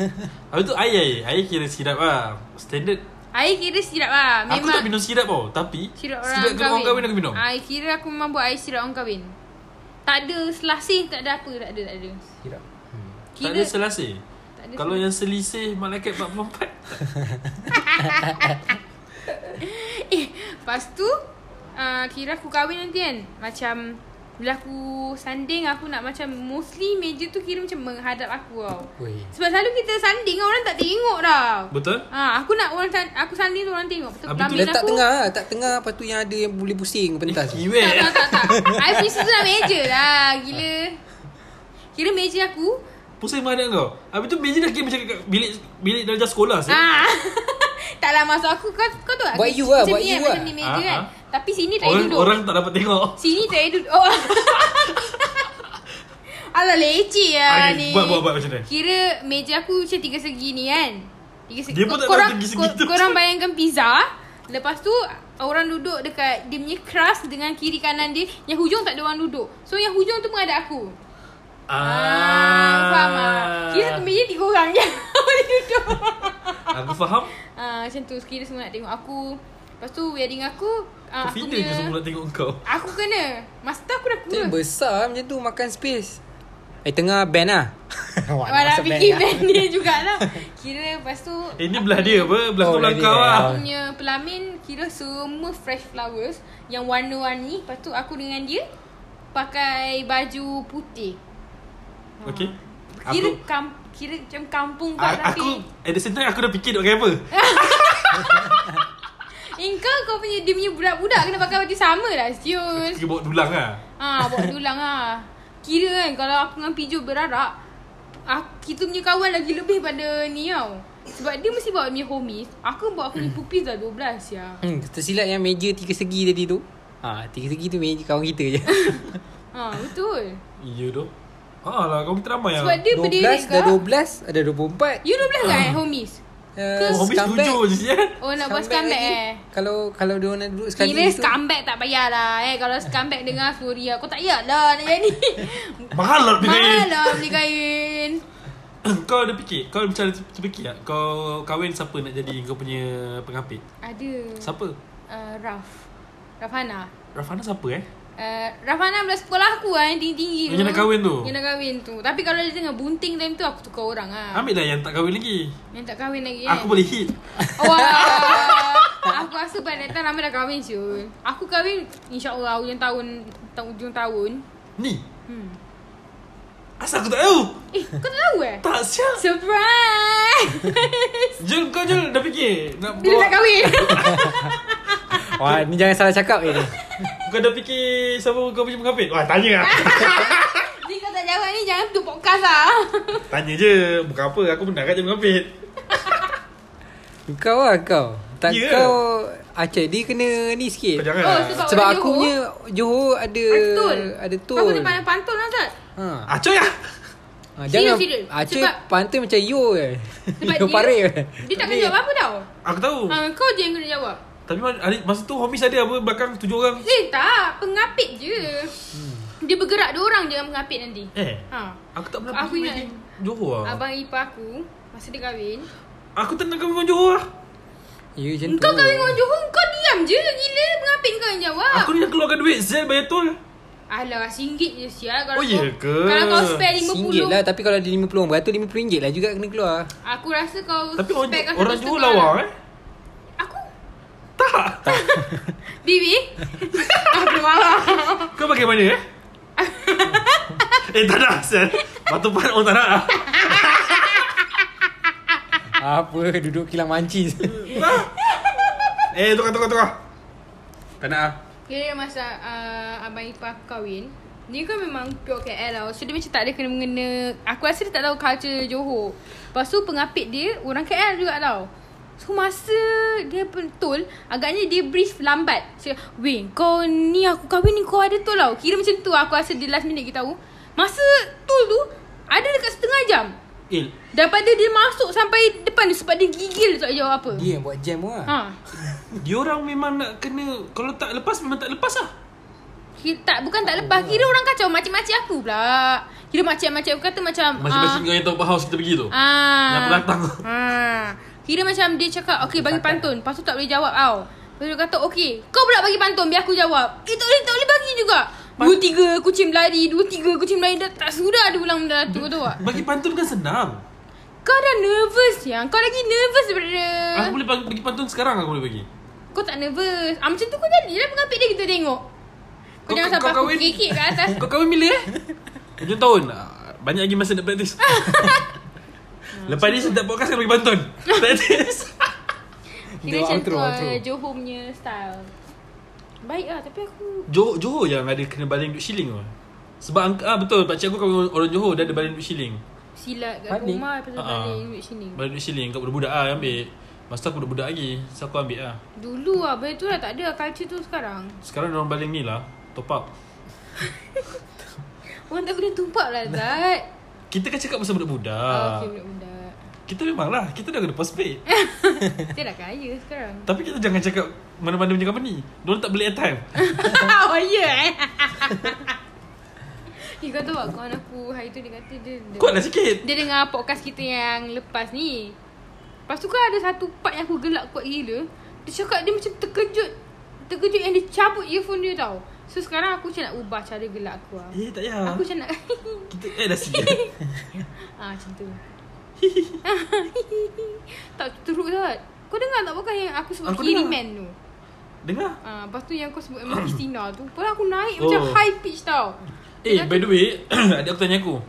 [SPEAKER 1] Habis tu air air Air kira sirap lah Standard
[SPEAKER 2] Air kira sedap lah.
[SPEAKER 1] Aku tak minum sirap tau Tapi
[SPEAKER 2] Sirap
[SPEAKER 1] sirap kalau orang
[SPEAKER 2] orang kahwin. Ah,
[SPEAKER 1] kahwin aku minum
[SPEAKER 2] Air kira aku memang buat air sirap orang kahwin. Tak ada selasih, tak ada apa, tak ada, tak ada.
[SPEAKER 3] Tidak hmm.
[SPEAKER 1] Tak
[SPEAKER 2] Kira
[SPEAKER 1] ada selasih
[SPEAKER 2] tak ada
[SPEAKER 1] Kalau yang selisih Malaikat 44
[SPEAKER 2] Eh, lepas tu uh, kira aku kahwin nanti kan. Macam bila aku sanding aku nak macam mostly meja tu kira macam menghadap aku tau.
[SPEAKER 3] Weh
[SPEAKER 2] Sebab selalu kita sanding orang tak tengok tau.
[SPEAKER 1] Betul?
[SPEAKER 2] Ha, aku nak orang san- aku sanding tu orang tengok. Betul
[SPEAKER 1] Habis tu
[SPEAKER 2] pelamin
[SPEAKER 3] Letak tengah lah Letak tengah Lepas tu yang ada Yang boleh pusing Pentas tu
[SPEAKER 1] Iwe
[SPEAKER 2] Tak, tak, tak. tak. I punya situ dalam meja lah. Gila. Kira meja aku.
[SPEAKER 1] Pusing mana kau Habis tu meja dah kira macam kat Bilik Bilik darjah sekolah sih
[SPEAKER 2] Ah. tak lah masa aku. Kau, kau tahu tak?
[SPEAKER 3] Buat you
[SPEAKER 2] Macam ni kan,
[SPEAKER 3] lah, buat you
[SPEAKER 2] Macam
[SPEAKER 3] lah.
[SPEAKER 2] ni meja
[SPEAKER 1] Ah,
[SPEAKER 2] kan.
[SPEAKER 1] ah.
[SPEAKER 2] Tapi sini tak
[SPEAKER 1] Orang
[SPEAKER 2] duduk.
[SPEAKER 1] orang tak dapat tengok
[SPEAKER 2] Sini tak duduk. Oh. Alah leceh
[SPEAKER 1] Okay,
[SPEAKER 2] lah
[SPEAKER 1] Ah,
[SPEAKER 2] ni.
[SPEAKER 1] buat, buat, buat macam ni.
[SPEAKER 2] Kira meja aku macam tiga segi ni kan. Tiga segi.
[SPEAKER 1] Dia pun tak tahu
[SPEAKER 2] korang,
[SPEAKER 1] tinggi
[SPEAKER 2] kor-
[SPEAKER 1] segitu.
[SPEAKER 2] Korang bayangkan pizza. Lepas tu orang duduk dekat dia punya crust dengan kiri kanan dia. Yang hujung tak ada orang duduk. So yang hujung tu mengadap aku. Ah, faham ah. Kira satu meja tiga orang je. Boleh duduk.
[SPEAKER 1] Aku faham
[SPEAKER 2] Ah, macam tu kira semua nak tengok aku. Lepas tu wedding aku ah, aku
[SPEAKER 1] Confident je semua
[SPEAKER 2] punya
[SPEAKER 1] nak tengok kau
[SPEAKER 2] Aku kena. Masa tu aku dah kurus.
[SPEAKER 3] Betul besar macam tu Makan space Eh tengah band lah Wah,
[SPEAKER 2] Walau
[SPEAKER 3] masuk
[SPEAKER 2] fikir
[SPEAKER 3] lah.
[SPEAKER 2] band dia jugalah Kira lepas tu
[SPEAKER 1] Eh ni belah dia apa Belah tu
[SPEAKER 3] Oh,
[SPEAKER 1] belah
[SPEAKER 3] belah
[SPEAKER 1] kau
[SPEAKER 3] dia.
[SPEAKER 1] lah
[SPEAKER 2] Aku punya pelamin Kira semua fresh flowers Yang warna-warni Lepas tu aku dengan dia Pakai baju putih
[SPEAKER 1] Okay
[SPEAKER 2] Kira
[SPEAKER 1] Aku
[SPEAKER 2] kam, kira macam kampung kau
[SPEAKER 1] a-
[SPEAKER 2] tapi Eh,
[SPEAKER 1] Aku At the same time Aku dah fikir nak pakai apa
[SPEAKER 2] Engkau kau punya Dia punya budak-budak Kena pakai baju sama lah Siul
[SPEAKER 1] Kita bawa dulang lah
[SPEAKER 2] Ha bawa dulang lah Kira kan Kalau aku dengan Pijo berarak aku, Kita punya kawan lagi lebih pada ni tau Sebab dia mesti bawa dia punya homies Aku bawa aku punya pupis dah 12 ya
[SPEAKER 3] Hmm, tersilap yang meja tiga segi tadi tu. Ha, tiga segi tu meja kawan kita je.
[SPEAKER 2] Ha betul
[SPEAKER 3] Ya,
[SPEAKER 1] You tu Haa lah Kau mesti ramai
[SPEAKER 2] Sebab dia berdiri
[SPEAKER 3] 12
[SPEAKER 2] kau
[SPEAKER 3] dah 12, ada 24.
[SPEAKER 2] You 12 kan homies
[SPEAKER 3] Uh,
[SPEAKER 1] Oh habis tujuh je ya
[SPEAKER 2] Oh nak buat
[SPEAKER 3] lagi.
[SPEAKER 2] scumbag eh
[SPEAKER 3] Kalau kalau dia orang nak duduk sekali
[SPEAKER 2] Kira
[SPEAKER 3] gitu.
[SPEAKER 2] scumbag tak payahlah eh Kalau scumbag dengar sorry lah Kau tak payahlah nak jadi
[SPEAKER 1] Mahal lah beli
[SPEAKER 2] Mahal
[SPEAKER 1] kain
[SPEAKER 2] lah beli kain
[SPEAKER 1] Kau ada fikir Kau macam ada terfikir tak Kau kahwin siapa nak jadi Kau punya pengapit
[SPEAKER 2] Ada
[SPEAKER 1] Siapa
[SPEAKER 2] uh, Raf Rafana
[SPEAKER 1] Rafana siapa eh
[SPEAKER 2] uh, Rafana belah sekolah aku lah Yang tinggi-tinggi
[SPEAKER 1] Yang nak kahwin tu?
[SPEAKER 2] Yang nak kahwin tu Tapi kalau dia tengah bunting time tu Aku tukar orang lah
[SPEAKER 1] Ambil lah yang tak kahwin lagi
[SPEAKER 2] Yang tak kahwin lagi
[SPEAKER 1] Aku boleh hit
[SPEAKER 2] Wah Aku rasa by that time Ramai dah kahwin siul Aku kahwin InsyaAllah hujung tahun ta- Hujung tahun
[SPEAKER 1] Ni
[SPEAKER 2] hmm.
[SPEAKER 1] Asal aku tak tahu
[SPEAKER 2] Eh kau tak tahu eh
[SPEAKER 1] Tak siap
[SPEAKER 2] Surprise
[SPEAKER 1] Jul kau Jul dah fikir nak
[SPEAKER 2] Bila nak kahwin
[SPEAKER 3] Wah, ni jangan salah cakap eh ni.
[SPEAKER 1] Kau dah fikir siapa kau punya pengapit Wah tanya lah
[SPEAKER 2] Ni kau tak jawab ni Jangan tutup podcast lah
[SPEAKER 1] Tanya je Bukan apa Aku benar kat dia pengapit
[SPEAKER 3] Kau lah kau. Tak
[SPEAKER 1] Ya.
[SPEAKER 3] yeah. kau Acai dia kena ni
[SPEAKER 1] Kau
[SPEAKER 3] sikit.
[SPEAKER 1] jangan
[SPEAKER 2] Oh,
[SPEAKER 1] lah
[SPEAKER 2] sebab-
[SPEAKER 3] Sebab
[SPEAKER 2] orang
[SPEAKER 3] aku
[SPEAKER 2] Johor-
[SPEAKER 3] punya Johor ada
[SPEAKER 2] Betul
[SPEAKER 3] ada tol.
[SPEAKER 2] Kau kena pandai pantun lah Zat
[SPEAKER 3] Ha.
[SPEAKER 1] Acoy lah
[SPEAKER 3] ha jangan
[SPEAKER 2] serius.
[SPEAKER 3] Acai
[SPEAKER 2] Sebab-
[SPEAKER 3] pantai macam yo eh.
[SPEAKER 2] Sebab
[SPEAKER 3] yo
[SPEAKER 2] dia
[SPEAKER 3] eh. pare.
[SPEAKER 2] Dia tak kena jawab apa tau
[SPEAKER 1] Aku tahu
[SPEAKER 2] ha, Kau je yang kena jawab
[SPEAKER 1] Tapi ma- hari, masa tu Homies ada apa Belakang tujuh orang
[SPEAKER 2] Eh tak Pengapit je
[SPEAKER 1] Hmm.
[SPEAKER 2] Dia bergerak dua orang je Yang pengapit nanti
[SPEAKER 1] Eh
[SPEAKER 2] Ha
[SPEAKER 1] Aku tak pernah
[SPEAKER 2] Aku
[SPEAKER 1] pergi
[SPEAKER 2] ingat.
[SPEAKER 1] lagi Johor lah
[SPEAKER 2] Abang ipar aku Masa dia kahwin
[SPEAKER 1] Aku tak nak kahwin dengan Johor lah
[SPEAKER 3] Yo macam tu.
[SPEAKER 2] Kau kahwin dengan Johor Kau diam je Gila Pengapit kau yang jawab
[SPEAKER 1] Aku ni dah keluarkan duit Zel bayar tol
[SPEAKER 2] Alah RM1 je sial kalau
[SPEAKER 1] Oh,
[SPEAKER 2] kau-
[SPEAKER 1] ya ke?
[SPEAKER 2] Kalau kau spare
[SPEAKER 3] Singgit
[SPEAKER 2] RM50
[SPEAKER 3] lah Tapi kalau ada RM50 Beratus RM50 lah juga kena keluar
[SPEAKER 2] Aku rasa kau
[SPEAKER 1] Tapi orang,
[SPEAKER 2] spare kau
[SPEAKER 1] orang
[SPEAKER 2] satu
[SPEAKER 1] Johor
[SPEAKER 2] setengah
[SPEAKER 1] lawa
[SPEAKER 2] lah.
[SPEAKER 1] eh
[SPEAKER 2] Aku
[SPEAKER 1] Tak
[SPEAKER 2] Bibi Aku marah
[SPEAKER 1] Kau pakai mana eh Eh tak nak Zel Batu pan orang tak nak lah
[SPEAKER 3] Apa Duduk kilang mancis
[SPEAKER 1] Tak. Eh tukar tukar tukar Tak nak lah
[SPEAKER 2] Kira masa uh, abang ipar aku kahwin Dia kan memang pure KL tau So dia macam tak ada kena-mengena Aku rasa dia tak tahu culture Johor Lepas tu pengapit dia orang KL juga tau So masa dia pentul Agaknya dia brief lambat so, Weh kau ni aku kahwin ni kau ada tol tau Kira macam tu aku rasa dia last minute kita tahu Masa tol tu ada dekat setengah jam
[SPEAKER 1] Eh
[SPEAKER 2] Daripada dia masuk sampai depan tu Sebab dia gigil tak jawab apa
[SPEAKER 3] Dia yang buat jam pun lah
[SPEAKER 2] Ha.
[SPEAKER 1] Diorang memang nak kena Kalau tak lepas Memang tak lepas lah
[SPEAKER 2] Kira, tak bukan tak lepas kira orang kacau macam-macam aku pula. Kira macam-macam aku kata macam
[SPEAKER 1] Masing-masing kau yang tahu House kita pergi tu
[SPEAKER 2] ah, ah,
[SPEAKER 1] Yang belakang.
[SPEAKER 2] Ah. Kira macam dia cakap okey bagi pantun, lepas tu tak boleh jawab tau. Lepas tu dia kata okey, kau pula bagi pantun biar aku jawab. Eh tak boleh tak boleh bagi juga. Dua tiga kucing berlari, dua tiga kucing berlari dah tak sudah dia ulang dah tu tu. Wak.
[SPEAKER 1] Bagi pantun kan senang
[SPEAKER 2] Kau dah nervous yang. Kau lagi nervous daripada
[SPEAKER 1] Aku boleh bagi, bagi pantun sekarang Aku boleh bagi
[SPEAKER 2] Kau tak nervous. Ah macam tu kau jadilah pengapit dia kita tengok. Kau,
[SPEAKER 1] Kau-
[SPEAKER 2] jangan
[SPEAKER 1] kau-
[SPEAKER 2] sampai
[SPEAKER 1] kau
[SPEAKER 2] aku
[SPEAKER 1] kahwin-
[SPEAKER 2] kekek kat atas.
[SPEAKER 1] Kau kahwin bila eh? Hujung tahun Ah, Banyak lagi masa nak praktis Lepas ni setiap podcast Kau bagi pantun Praktis
[SPEAKER 2] Kira
[SPEAKER 3] Dia
[SPEAKER 2] macam tu
[SPEAKER 3] outro,
[SPEAKER 2] lah
[SPEAKER 3] outro.
[SPEAKER 2] Johor punya style Baik lah tapi aku
[SPEAKER 1] Johor, Johor yang ada kena baling duit shilling tu Sebab ang- ah, betul Pakcik aku kahwin orang Johor Dia ada baling duit shilling
[SPEAKER 2] silat kat
[SPEAKER 3] Balik.
[SPEAKER 2] rumah Lepas tu
[SPEAKER 1] Ah, ah.
[SPEAKER 2] balik duduk sini
[SPEAKER 1] Baling duit shilling kat budak-budak lah yang ambil Masa tu aku budak-budak lagi So aku ambil lah
[SPEAKER 2] Dulu lah benda tu dah tak ada culture tu sekarang
[SPEAKER 1] Sekarang orang baling ni lah Top up
[SPEAKER 2] Orang tak boleh tumpak lah Zat
[SPEAKER 1] Kita kan cakap pasal
[SPEAKER 2] Ah,
[SPEAKER 1] budak-budak
[SPEAKER 2] Okay budak-budak
[SPEAKER 1] Kita memang lah Kita dah kena postpaid
[SPEAKER 2] Kita dah kaya sekarang
[SPEAKER 1] Tapi kita jangan cakap Mana-mana punya company Diorang tak beli airtime
[SPEAKER 2] Oh ya eh Eh kau tahu tak kawan aku hari tu dia kata dia
[SPEAKER 1] Kuat lah sikit
[SPEAKER 2] Dia dengar podcast kita yang lepas ni Lepas tu kan ada satu part yang aku gelak kuat gila Dia cakap dia macam terkejut Terkejut yang dia cabut earphone dia tau So sekarang aku macam nak ubah cara gelak aku lah
[SPEAKER 1] Eh tak payah
[SPEAKER 2] Aku macam nak
[SPEAKER 1] Kita eh dah sikit
[SPEAKER 2] Ah macam tu Tak teruk sangat Kau dengar tak bukan yang aku sebut
[SPEAKER 1] Aku dengar.
[SPEAKER 2] Kiriman tu
[SPEAKER 1] Dengar
[SPEAKER 2] Ah, lepas tu yang kau sebut Emma Christina tu Pula aku naik macam
[SPEAKER 1] Oh.
[SPEAKER 2] high pitch tau
[SPEAKER 1] Eh
[SPEAKER 2] Dia
[SPEAKER 1] by the way Adik aku tanya aku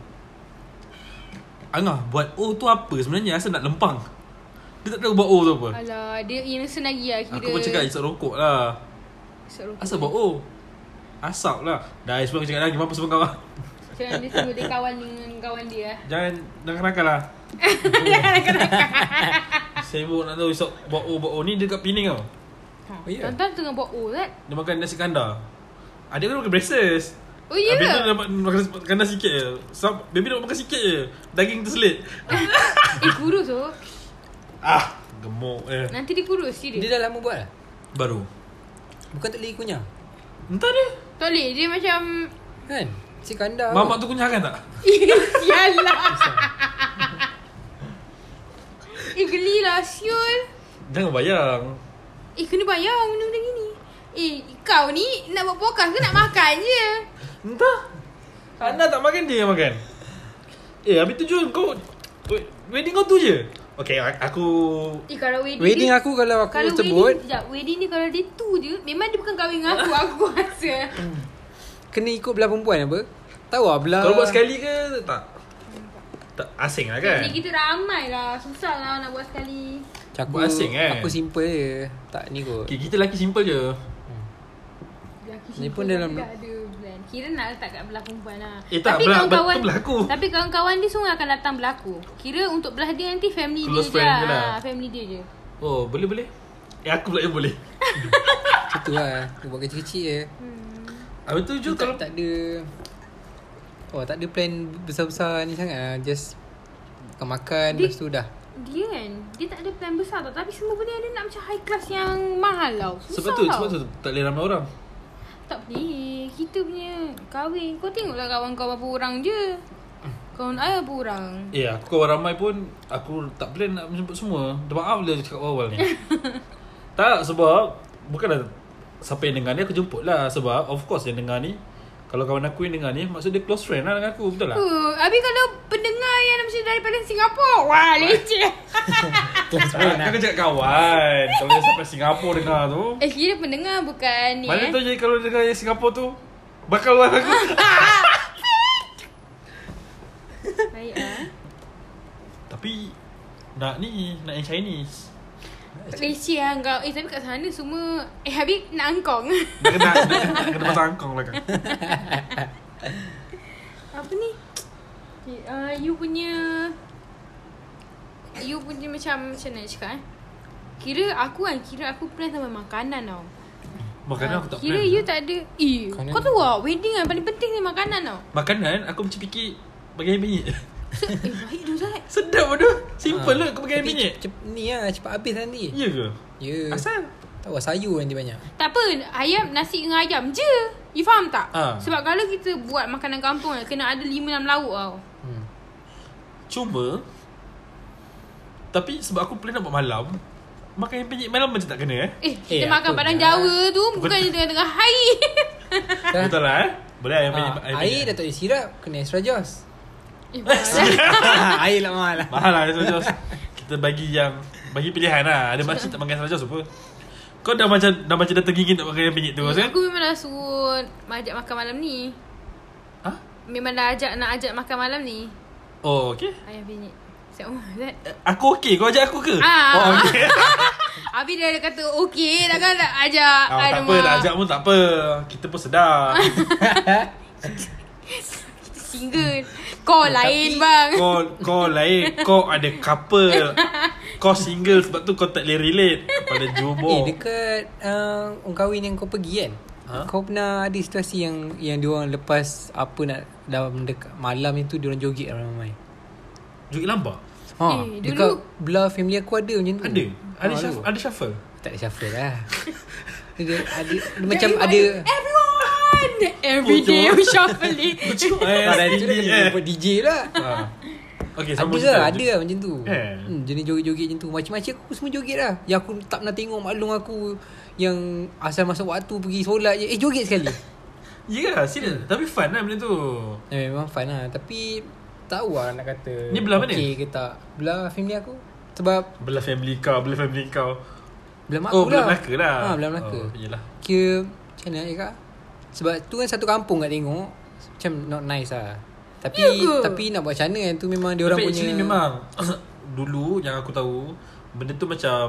[SPEAKER 1] Angah buat O tu apa sebenarnya Asal nak lempang Dia tak tahu buat O tu apa
[SPEAKER 2] Alah, dia innocent lagi lah kira.
[SPEAKER 1] Aku pun cakap isap rokok lah
[SPEAKER 2] Isap rokok.
[SPEAKER 1] Asal buat O Asap lah Dah sebelum aku cakap lagi Mampu sebelum kau
[SPEAKER 2] Jangan dia sebut dia kawan dengan kawan dia eh.
[SPEAKER 1] Jangan Jangan nakal lah Sibuk nak tahu isap buat O buat O ni Dia dekat Penang tau
[SPEAKER 2] Ha.
[SPEAKER 3] Oh, ya.
[SPEAKER 2] Tantan tengah buat O kan?
[SPEAKER 1] Dia makan nasi kandar Adik aku dah makan braces
[SPEAKER 2] Oh ya
[SPEAKER 1] Habis tu dia
[SPEAKER 2] yeah.
[SPEAKER 1] dapat makan nasi kandar sikit je Sam, Baby nak makan sikit je Daging terselit
[SPEAKER 2] Eh kurus oh.
[SPEAKER 1] Ah Gemuk eh
[SPEAKER 2] Nanti dia kurus serius.
[SPEAKER 3] Dia dah lama buat lah
[SPEAKER 1] Baru
[SPEAKER 3] Bukan tak boleh kunyah
[SPEAKER 1] Entah dia
[SPEAKER 2] Tak boleh dia macam
[SPEAKER 3] Kan Si kandar
[SPEAKER 1] Mamak tu kunyahkan tak?
[SPEAKER 3] lah.
[SPEAKER 2] Sialah Eh geli lah Siul
[SPEAKER 1] Jangan bayang
[SPEAKER 2] Eh kena bayar benda-benda gini Eh kau ni nak buat podcast ke nak makan je
[SPEAKER 1] Entah Ana tak makan dia yang makan Eh habis tu Jun kau we- Wedding kau tu je Okay a- aku
[SPEAKER 2] Eh kalau wedding
[SPEAKER 3] Wedding
[SPEAKER 2] dia,
[SPEAKER 3] aku kalau aku
[SPEAKER 2] Kalau
[SPEAKER 3] sebut
[SPEAKER 2] wedding Sekejap wedding ni kalau dia tu je Memang dia bukan kahwin dengan aku Aku rasa
[SPEAKER 3] Kena ikut belah perempuan apa Tahu lah belah
[SPEAKER 1] Kalau buat sekali ke tak? Tak asing lah kan?
[SPEAKER 2] Jadi kita ramai lah Susah lah nak buat sekali
[SPEAKER 3] Aku,
[SPEAKER 1] Buat asing, kan?
[SPEAKER 3] Aku simple je Tak ni kot
[SPEAKER 1] Okay, kita lelaki simple je
[SPEAKER 2] Lelaki
[SPEAKER 3] Ni
[SPEAKER 2] simple
[SPEAKER 3] pun dalam-
[SPEAKER 2] tak ada plan Kira nak letak kat belah perempuan lah
[SPEAKER 1] Eh, tak, belah-
[SPEAKER 2] kawan-kawan-
[SPEAKER 1] betul belah aku.
[SPEAKER 2] Tapi kawan-kawan dia semua akan datang belah aku Kira untuk belah dia nanti family
[SPEAKER 1] Close
[SPEAKER 2] dia
[SPEAKER 1] friend je
[SPEAKER 2] je
[SPEAKER 1] lah.
[SPEAKER 2] Ha, Family dia je
[SPEAKER 1] Oh boleh boleh Eh aku pula yang boleh
[SPEAKER 3] Macam tu lah Aku buat kecil-kecil je
[SPEAKER 1] Habis tu Jun
[SPEAKER 3] Aku
[SPEAKER 1] Ah, kalau
[SPEAKER 3] tak, tak ada Oh tak ada plan besar-besar ni sangat lah Just Makan-makan
[SPEAKER 2] Dia-
[SPEAKER 3] Lepas tu dah
[SPEAKER 2] Dia kan Dia tak ada plan besar tau Tapi semua benda dia nak macam high class yang mahal tau
[SPEAKER 1] Sebab
[SPEAKER 2] Susah
[SPEAKER 1] tu,
[SPEAKER 2] tau
[SPEAKER 1] sebab tu tak boleh ramai orang
[SPEAKER 2] Tak boleh Kita punya kahwin Kau tengoklah kawan kau berapa orang je Kawan I berapa orang
[SPEAKER 1] Eh aku kawan ramai pun Aku tak plan nak menjemput semua Dia maaf dia cakap awal ni Tak sebab Bukanlah Siapa yang dengar ni aku jemput lah Sebab of course yang dengar ni Kalau kawan aku yang dengar ni Maksud dia close friend lah dengan aku Betul lah
[SPEAKER 2] Uh, habis kalau pendengar yang macam daripada Singapura Wah leceh
[SPEAKER 1] Ah, Kau cakap kawan Kalau dia sampai Singapura dengar tu
[SPEAKER 2] Eh kira pendengar bukan ni
[SPEAKER 1] Mana
[SPEAKER 2] eh
[SPEAKER 1] tu jadi kalau dia dengar yang Singapura tu Bakal lah aku
[SPEAKER 2] Baik ah.
[SPEAKER 1] Tapi Nak ni Nak yang Chinese
[SPEAKER 2] Leceh lah kau Eh tapi kat sana semua Eh habis nak angkong
[SPEAKER 1] Nak kena Nak kena, nak kena pasang angkong lah kan
[SPEAKER 2] Apa ni? Okay, uh, you punya You punya macam Macam nak cakap eh Kira aku kan Kira aku plan sampai makanan tau
[SPEAKER 1] Makanan
[SPEAKER 2] Ah,
[SPEAKER 1] aku tak
[SPEAKER 2] Kira
[SPEAKER 1] plan
[SPEAKER 2] you tak ada Eh
[SPEAKER 3] Makanan.
[SPEAKER 2] kau tahu tak Wedding kan paling penting ni makanan tau
[SPEAKER 1] Makanan aku macam fikir Bagi air minyak
[SPEAKER 2] so, Eh baik tu Zat
[SPEAKER 1] Sedap bodoh Simple
[SPEAKER 3] Ah.
[SPEAKER 1] lah kau pakai air
[SPEAKER 3] Tapi
[SPEAKER 1] minyak
[SPEAKER 3] cep, cep- Ni lah cepat habis nanti
[SPEAKER 1] Ya ke?
[SPEAKER 3] Ya
[SPEAKER 1] Asal?
[SPEAKER 3] Tahu lah sayur nanti banyak
[SPEAKER 2] Tak apa Ayam Nasi dengan ayam je You faham tak?
[SPEAKER 1] Ah.
[SPEAKER 2] Sebab kalau kita buat makanan kampung kan, Kena ada 5-6 lauk tau
[SPEAKER 3] hmm.
[SPEAKER 1] Cuma Tapi sebab aku plan nak buat malam Makan yang penyik malam macam tak kena eh
[SPEAKER 2] Eh kita
[SPEAKER 3] Eh,
[SPEAKER 2] makan
[SPEAKER 3] apa
[SPEAKER 2] padang
[SPEAKER 3] lah.
[SPEAKER 2] Jawa tu Bukan di tengah-tengah hari
[SPEAKER 3] Dah.
[SPEAKER 1] Betul lah eh Boleh ayam penyik
[SPEAKER 3] Ha, air dah tak boleh sirap Kena extra jos
[SPEAKER 2] Eh baik
[SPEAKER 3] Air lah mahal lah
[SPEAKER 1] Mahal lah extra jos Kita bagi yang Bagi pilihan lah Ada makcik tak makan extra jos apa Kau dah macam Dah macam dah tergigit nak makan yang penyik tu
[SPEAKER 2] Eh,
[SPEAKER 1] kan?
[SPEAKER 2] Aku memang dah suruh Mak ajak makan malam ni
[SPEAKER 1] Ha?
[SPEAKER 2] Memang dah ajak nak ajak makan malam ni
[SPEAKER 1] Oh okay
[SPEAKER 2] Ayah bingit Siap umar Zat
[SPEAKER 1] Eh, Aku okay Kau ajak aku ke?
[SPEAKER 2] Ah.
[SPEAKER 1] Oh okay
[SPEAKER 2] Habis dia dah kata Okey Dah kan nak ajak
[SPEAKER 1] oh, Tak apa nak ajak pun tak apa Kita pun sedap
[SPEAKER 2] Single Kau lain bang
[SPEAKER 1] Kau kau lain Kau ada couple Kau single Sebab tu kau tak boleh relate Pada
[SPEAKER 3] Eh
[SPEAKER 1] Johor
[SPEAKER 3] dekat uh, Orang kahwin yang kau pergi kan
[SPEAKER 1] Ha?
[SPEAKER 3] ha? Kau pernah ada situasi yang Yang diorang lepas Apa nak Dalam dekat malam itu Diorang joget ramai-ramai
[SPEAKER 1] Joget lambat
[SPEAKER 3] Ha,
[SPEAKER 2] Eh, dulu-
[SPEAKER 3] eh, dekat belah family aku ada macam tu.
[SPEAKER 1] Ada Ada,
[SPEAKER 3] Ha,
[SPEAKER 1] shuffle,
[SPEAKER 3] ada.
[SPEAKER 1] Hmm. Oh, ada shuffle
[SPEAKER 3] Tak ada shuffle lah. ada, ada, ada macam ada
[SPEAKER 2] Everyone Every
[SPEAKER 1] Kocok.
[SPEAKER 2] day we shuffling
[SPEAKER 1] Eh,
[SPEAKER 3] Ah, dah tu dah
[SPEAKER 1] sini,
[SPEAKER 3] kena
[SPEAKER 1] eh.
[SPEAKER 3] jumpa DJ lah.
[SPEAKER 1] Ha. Okay
[SPEAKER 3] Ada
[SPEAKER 1] sama
[SPEAKER 3] lah, ada lah macam tu.
[SPEAKER 1] Eh.
[SPEAKER 3] Hmm, jenis joget-joget macam tu. Macam-macam aku semua joget lah. Yang aku tak pernah tengok maklum aku yang asal masuk waktu pergi solat je. Eh, joget sekali.
[SPEAKER 1] Ya serius
[SPEAKER 3] Hmm.
[SPEAKER 1] Tapi fun lah benda tu
[SPEAKER 3] eh, memang fun lah. Tapi tahu lah nak kata.
[SPEAKER 1] Ni belah mana?
[SPEAKER 3] Okay ke tak. Belah family aku. Sebab
[SPEAKER 1] Belah family kau Belah family kau
[SPEAKER 3] belah mak
[SPEAKER 1] Oh
[SPEAKER 3] aku
[SPEAKER 1] belah
[SPEAKER 3] lah.
[SPEAKER 1] Melaka lah
[SPEAKER 3] Ha, belah Melaka.
[SPEAKER 1] oh, Yelah
[SPEAKER 3] Kira macam mana nak cakap Sebab tu kan satu kampung kat tengok Macam not nice lah Tapi
[SPEAKER 2] Ya ke?
[SPEAKER 3] tapi nak buat macam mana yang tu memang dia
[SPEAKER 1] Tapi
[SPEAKER 3] orang punya
[SPEAKER 1] actually memang Dulu yang aku tahu Benda tu macam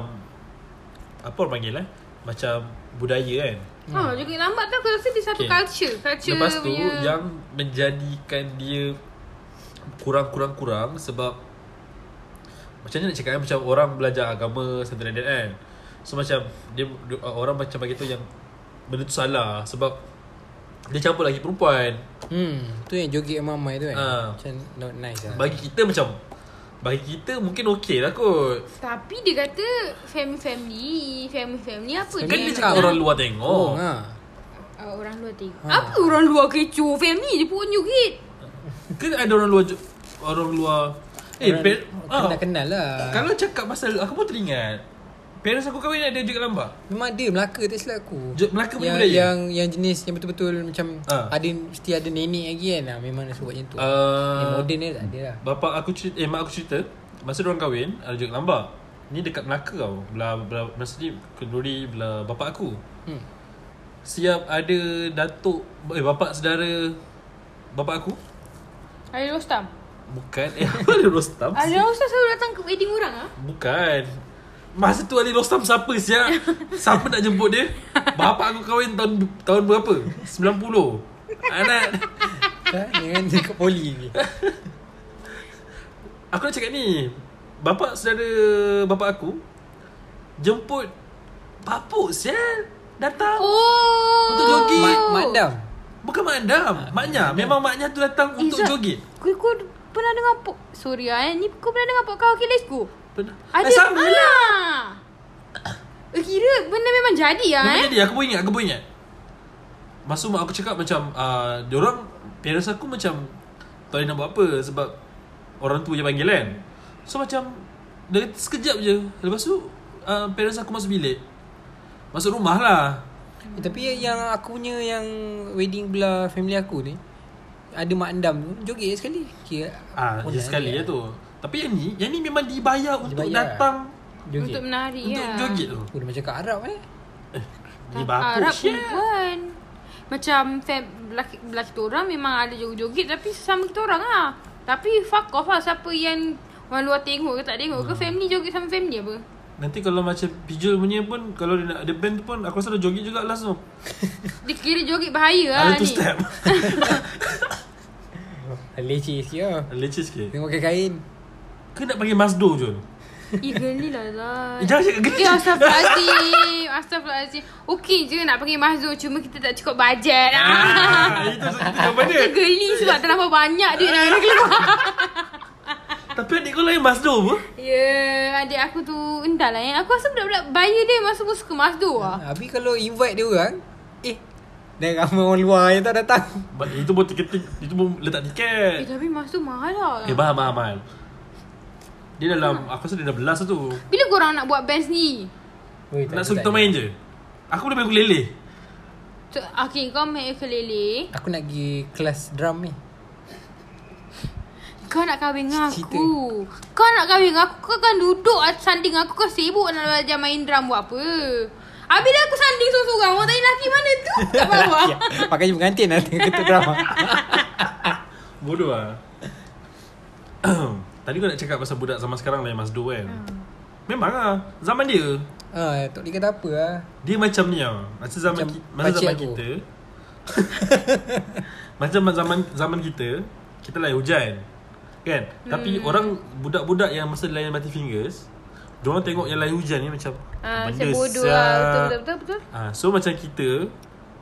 [SPEAKER 1] Apa orang panggil eh Macam budaya kan
[SPEAKER 2] Ha, juga lambat tu aku rasa dia satu
[SPEAKER 1] Okay.
[SPEAKER 2] culture. Culture
[SPEAKER 1] Lepas tu
[SPEAKER 2] punya.
[SPEAKER 1] yang menjadikan dia kurang-kurang-kurang sebab macam mana nak cakap kan? macam orang belajar agama something like that kan. So macam dia dia- orang macam bagi tu yang benda tu salah sebab dia campur lagi perempuan.
[SPEAKER 3] Hmm Tu yang joget mamai tu kan
[SPEAKER 1] Ah.
[SPEAKER 3] Macam not nice lah
[SPEAKER 1] Bagi kita macam bagi kita mungkin okey lah kot.
[SPEAKER 2] Tapi dia kata family-family, family-family apa
[SPEAKER 3] Kan
[SPEAKER 1] Kan dia
[SPEAKER 2] yang
[SPEAKER 1] cakap
[SPEAKER 2] nak-
[SPEAKER 1] orang luar
[SPEAKER 3] Oh,
[SPEAKER 1] tengok.
[SPEAKER 3] ha.
[SPEAKER 2] Uh, orang luar tengok.
[SPEAKER 3] Ha.
[SPEAKER 2] Apa orang luar kecoh? Family je pun joget.
[SPEAKER 1] Kan ada orang luar ju- orang luar Eh,
[SPEAKER 3] Orang-
[SPEAKER 1] per-
[SPEAKER 3] Kena
[SPEAKER 1] ah,
[SPEAKER 3] kenal lah
[SPEAKER 1] kalau cakap pasal aku pun teringat. Parents aku kahwin ada juga lambat.
[SPEAKER 3] Memang ada Melaka tak silap aku
[SPEAKER 1] Je- Melaka punya
[SPEAKER 3] yang,
[SPEAKER 1] budaya?
[SPEAKER 3] Yang yang jenis yang betul-betul macam
[SPEAKER 1] Ah.
[SPEAKER 3] Ada mesti ada nenek lagi kan Ah, Memang nak buat macam tu Ni
[SPEAKER 1] Uh,
[SPEAKER 3] modern ni tak ada lah
[SPEAKER 1] Bapak aku cerita Eh mak aku cerita Masa diorang kahwin Ada juga lambak Ni dekat Melaka tau Belah, belah Masa ni Kenduri belah bapak aku
[SPEAKER 3] hmm.
[SPEAKER 1] Siap ada Datuk Eh bapak saudara Bapak aku
[SPEAKER 2] Ada Rostam.
[SPEAKER 1] Bukan Eh apa ada Rostam
[SPEAKER 2] Ada Rostam selalu datang ke wedding orang ah.
[SPEAKER 1] Bukan Masa tu Ali Rostam siapa siap Siapa nak jemput dia Bapak aku kahwin tahun tahun berapa 90 Anak
[SPEAKER 3] Tak, Jangan dekat kan poli lagi
[SPEAKER 1] Aku nak cakap ni Bapak saudara Bapak aku Jemput Papuk sial Datang oh.
[SPEAKER 2] Oh.
[SPEAKER 1] Untuk joget.
[SPEAKER 3] Mak, Madam
[SPEAKER 1] Bukan makdam Maknya Memang maknya tu datang
[SPEAKER 2] Eh,
[SPEAKER 1] Untuk
[SPEAKER 2] Zat,
[SPEAKER 1] joget
[SPEAKER 2] Kau, kau pernah dengar pop Sorry ah, eh. ni kau pernah dengar pop kau Okay let's go
[SPEAKER 1] Pernah
[SPEAKER 2] Ada
[SPEAKER 1] Eh sama lah
[SPEAKER 2] Ah. Eh, Kira benda memang jadi ah
[SPEAKER 1] Memang
[SPEAKER 2] eh
[SPEAKER 1] jadi Aku pun ingat Aku pun ingat Masa mak aku cakap macam uh, Diorang Parents aku macam Tak boleh nak buat apa Sebab Orang tu je panggil kan So macam Dia kata sekejap je Lepas tu uh, Parents aku masuk bilik Masuk rumah lah
[SPEAKER 3] Eh, Tapi yang aku punya yang wedding belah family aku ni ada mak andam tu joget sekali. Kira
[SPEAKER 1] Ah,
[SPEAKER 3] pun lah.
[SPEAKER 1] dia
[SPEAKER 3] dah
[SPEAKER 1] sekali
[SPEAKER 3] ada
[SPEAKER 1] je tu. Tapi yang ni, yang ni memang dibayar untuk
[SPEAKER 3] Dibayar.
[SPEAKER 1] datang
[SPEAKER 3] Joget.
[SPEAKER 2] Untuk menari
[SPEAKER 1] untuk
[SPEAKER 2] ya.
[SPEAKER 1] joget tu.
[SPEAKER 3] Oh, dia macam kat Arab eh.
[SPEAKER 1] Dia
[SPEAKER 2] Arab
[SPEAKER 1] bagus. ya.
[SPEAKER 2] perempuan Macam fam, lelaki, lelaki tu orang memang ada joget-joget Tapi sesama kita orang lah Tapi fuck off lah siapa yang Orang luar tengok ke tak
[SPEAKER 1] Hmm.
[SPEAKER 2] tengok ke Family joget sama family apa
[SPEAKER 1] Nanti kalau macam Pijul punya pun Kalau dia nak ada band tu pun Aku rasa dia joget juga last tu
[SPEAKER 2] Dia kira joget bahaya
[SPEAKER 1] Ada
[SPEAKER 2] lah ni
[SPEAKER 1] two step Oh.
[SPEAKER 3] Leceh sikit ah.
[SPEAKER 1] Leceh sikit
[SPEAKER 3] Tengok pakai kain.
[SPEAKER 1] Kau nak panggil Masdo Jul
[SPEAKER 2] Eh geli lah lah
[SPEAKER 1] Eh, jangan cakap geli.
[SPEAKER 2] Eh astagfirullahaladzim Astagfirullahalazim Okey je nak panggil Mahzul Cuma kita tak cukup bajet ah.
[SPEAKER 1] ah, Itu itu jawapan dia
[SPEAKER 2] Kita geli sebab terlalu banyak duit
[SPEAKER 1] Ah,
[SPEAKER 2] nak kena keluar
[SPEAKER 1] Tapi adik kau lain Masdo apa
[SPEAKER 2] Ya adik aku tu Entahlah eh Aku rasa budak-budak Bayi dia memang semua suka Mahzul lah
[SPEAKER 3] Ah, habis kalau invite dia orang, eh dah ramai orang luar yang tak datang.
[SPEAKER 1] But Itu pun ticketing Itu pun letak
[SPEAKER 2] Eh
[SPEAKER 1] tiket
[SPEAKER 2] tapi Mahzul mahal lah
[SPEAKER 1] Eh mahal mahal mahal Dia dalam Aku rasa dia dah belas tu
[SPEAKER 2] Bila korang nak buat band sendiri?
[SPEAKER 3] Oi,
[SPEAKER 1] Nak suruh kita main je Aku boleh main ukulele
[SPEAKER 2] So, okay kau main ukulele
[SPEAKER 3] Aku nak pergi kelas drum ni.
[SPEAKER 2] Kau nak kahwin dengan aku
[SPEAKER 3] Cerita.
[SPEAKER 2] Kau nak kahwin dengan aku Kau kan duduk atas sanding aku Kau sibuk nak belajar main drum buat apa Habis dah aku sanding sorang-sorang Orang tanya lelaki mana tu Tak faham lah
[SPEAKER 3] Ya, pakai baju pengantin lah tengok ketuk drum. ah.
[SPEAKER 1] Bodoh lah Tadi kau nak cakap pasal budak zaman sekarang lain Mas Do kan
[SPEAKER 2] Hmm.
[SPEAKER 1] Memang lah Zaman dia
[SPEAKER 3] Ah, tak boleh kata apa ah.
[SPEAKER 1] Dia macam ni tau Masa zaman,
[SPEAKER 3] Macam
[SPEAKER 1] ki, masa
[SPEAKER 3] pakcik
[SPEAKER 1] zaman
[SPEAKER 3] aku.
[SPEAKER 1] kita Macam zaman zaman kita Kita layan hujan Kan
[SPEAKER 2] Hmm.
[SPEAKER 1] Tapi orang Budak-budak yang masa layan mati fingers Diorang tengok yang layan hujan ni macam
[SPEAKER 2] Ah,
[SPEAKER 1] "Benda
[SPEAKER 2] Macam bodoh
[SPEAKER 1] sial."
[SPEAKER 2] lah Betul betul betul, betul.
[SPEAKER 1] Ah, so macam kita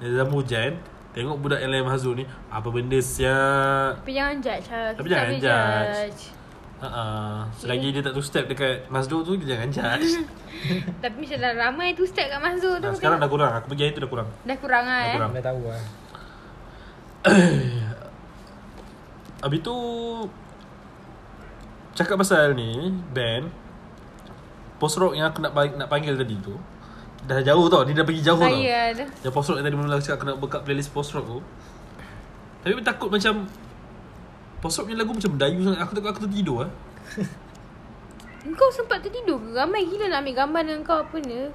[SPEAKER 1] yang zaman hujan Tengok budak yang layan mahzul ni Apa benda siap
[SPEAKER 2] Tapi jangan judge lah
[SPEAKER 1] Tapi
[SPEAKER 2] Kita
[SPEAKER 1] jangan
[SPEAKER 2] boleh
[SPEAKER 1] judge. Uh-uh. Selagi dia tak two step dekat Masdo tu dia jangan judge.
[SPEAKER 2] Tapi macam dah ramai tu step kat Mahzul tu
[SPEAKER 1] nah, sekarang dah kurang. Aku pergi hari tu dah kurang.
[SPEAKER 2] Dah kurang lah
[SPEAKER 1] Dah
[SPEAKER 2] eh
[SPEAKER 1] kurang.
[SPEAKER 3] Dah tahu ah.
[SPEAKER 1] Habis tu cakap pasal ni band post rock yang aku nak ba- nak panggil tadi tu dah jauh tau. Dia dah pergi jauh tau.
[SPEAKER 2] Bahaya lah
[SPEAKER 1] Yang post rock yang tadi mula cakap aku nak buka playlist post rock tu. Tapi aku takut macam post rock punya lagu macam Dayu sangat. Aku takut aku tertidur ah.
[SPEAKER 2] Kau sempat tertidur ke? Ramai gila nak ambil gambar dengan kau apa ni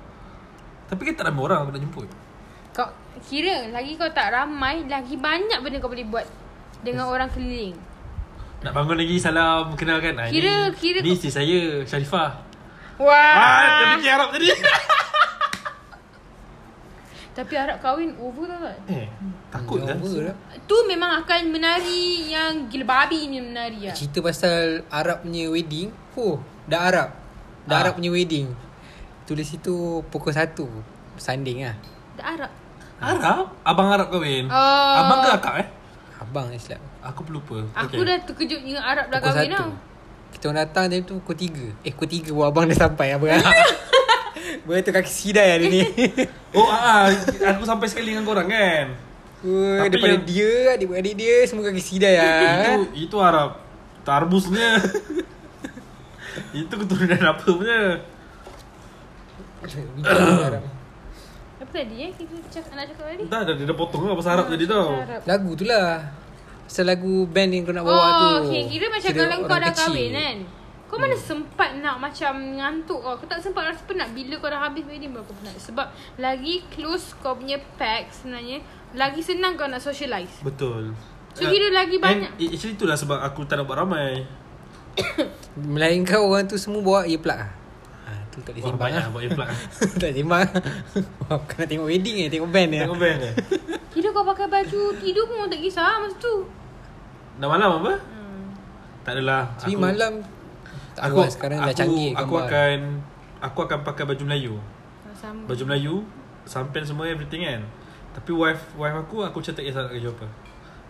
[SPEAKER 1] Tapi kan tak ramai orang aku nak jemput.
[SPEAKER 2] Kau kira lagi kau tak ramai Lagi banyak benda kau boleh buat Dengan orang keliling
[SPEAKER 1] Nak bangun lagi Salam Kenalkan ah,
[SPEAKER 2] Kira-
[SPEAKER 1] ni,
[SPEAKER 2] kira
[SPEAKER 1] Ni
[SPEAKER 2] kau-
[SPEAKER 1] isteri saya Sharifah Ah, dia
[SPEAKER 2] Wah.
[SPEAKER 1] fikir Arab tadi
[SPEAKER 2] Tapi Arab kahwin over tau tak?
[SPEAKER 1] Eh Takut kan
[SPEAKER 3] Over lah.
[SPEAKER 2] Tu memang akan menari yang gila babi ni menari lah.
[SPEAKER 3] Cerita pasal Arab punya wedding Oh Dah Arab Dah
[SPEAKER 1] Ah.
[SPEAKER 3] Arab punya wedding Tulis itu Pukul 1 Sanding lah
[SPEAKER 2] Tak Arab.
[SPEAKER 1] Arab? Abang Arab kahwin
[SPEAKER 2] Oh.
[SPEAKER 1] Abang ke akak eh?
[SPEAKER 3] Abang Islam
[SPEAKER 1] Aku terlupa
[SPEAKER 2] Aku dah terkejut dengan Arab dah
[SPEAKER 3] Pukul
[SPEAKER 2] kahwin lah?
[SPEAKER 3] 1
[SPEAKER 2] tau.
[SPEAKER 3] Kita orang datang time tu Pukul 3 Eh pukul 3 pun abang dah sampai Abang Boleh tu kaki sidai hari ni
[SPEAKER 1] Oh ah, ah, Aku sampai sekali dengan korang kan
[SPEAKER 3] Wah,
[SPEAKER 1] Tapi
[SPEAKER 3] daripada
[SPEAKER 1] yang-
[SPEAKER 3] dia Adik-adik dia Semua kaki sidai lah
[SPEAKER 1] Itu itu Arab Tarbusnya Itu keturunan apa punya
[SPEAKER 2] Apa tadi eh? Kita cakap, nak cakap tadi?
[SPEAKER 1] Dah dah dia dah potong lah pasal Arab tadi tau
[SPEAKER 2] Arab.
[SPEAKER 3] Lagu tu lah Pasal lagu band yang kau nak bawa tu
[SPEAKER 2] Oh, okay. kira macam kalau kau
[SPEAKER 3] orang
[SPEAKER 2] dah
[SPEAKER 3] kecil. Hmm.
[SPEAKER 2] kahwin kan? Kau mana sempat nak macam ngantuk kau? Kau tak sempat rasa penat bila kau dah habis wedding baru kau penat. Sebab lagi close kau punya pack sebenarnya, lagi senang kau nak socialize.
[SPEAKER 1] Betul
[SPEAKER 2] So,
[SPEAKER 3] Ya.
[SPEAKER 2] kira lagi
[SPEAKER 3] Eh.
[SPEAKER 1] And
[SPEAKER 2] banyak.
[SPEAKER 1] i- Actually itulah sebab aku tak nak buat ramai
[SPEAKER 3] Melainkan orang tu semua bawa earplug lah ha, Tu tak boleh
[SPEAKER 1] Wah
[SPEAKER 3] sembang
[SPEAKER 1] banyak
[SPEAKER 3] lah
[SPEAKER 1] buat implant
[SPEAKER 3] Tak sembang Wah, Bukan nak tengok wedding eh Tengok band eh
[SPEAKER 1] Tengok band eh
[SPEAKER 2] Kira kau pakai baju tidur pun tak kisah lah masa tu.
[SPEAKER 1] Dah malam apa? Tak adalah
[SPEAKER 3] Tapi malam Tak aku,
[SPEAKER 1] aku,
[SPEAKER 3] sekarang
[SPEAKER 1] aku,
[SPEAKER 3] dah canggih
[SPEAKER 1] Aku
[SPEAKER 3] gambar.
[SPEAKER 1] akan Aku akan pakai baju Melayu
[SPEAKER 2] Sama.
[SPEAKER 1] Baju Melayu Sampen semua everything kan Tapi wife wife aku Aku macam tak kisah nak kerja apa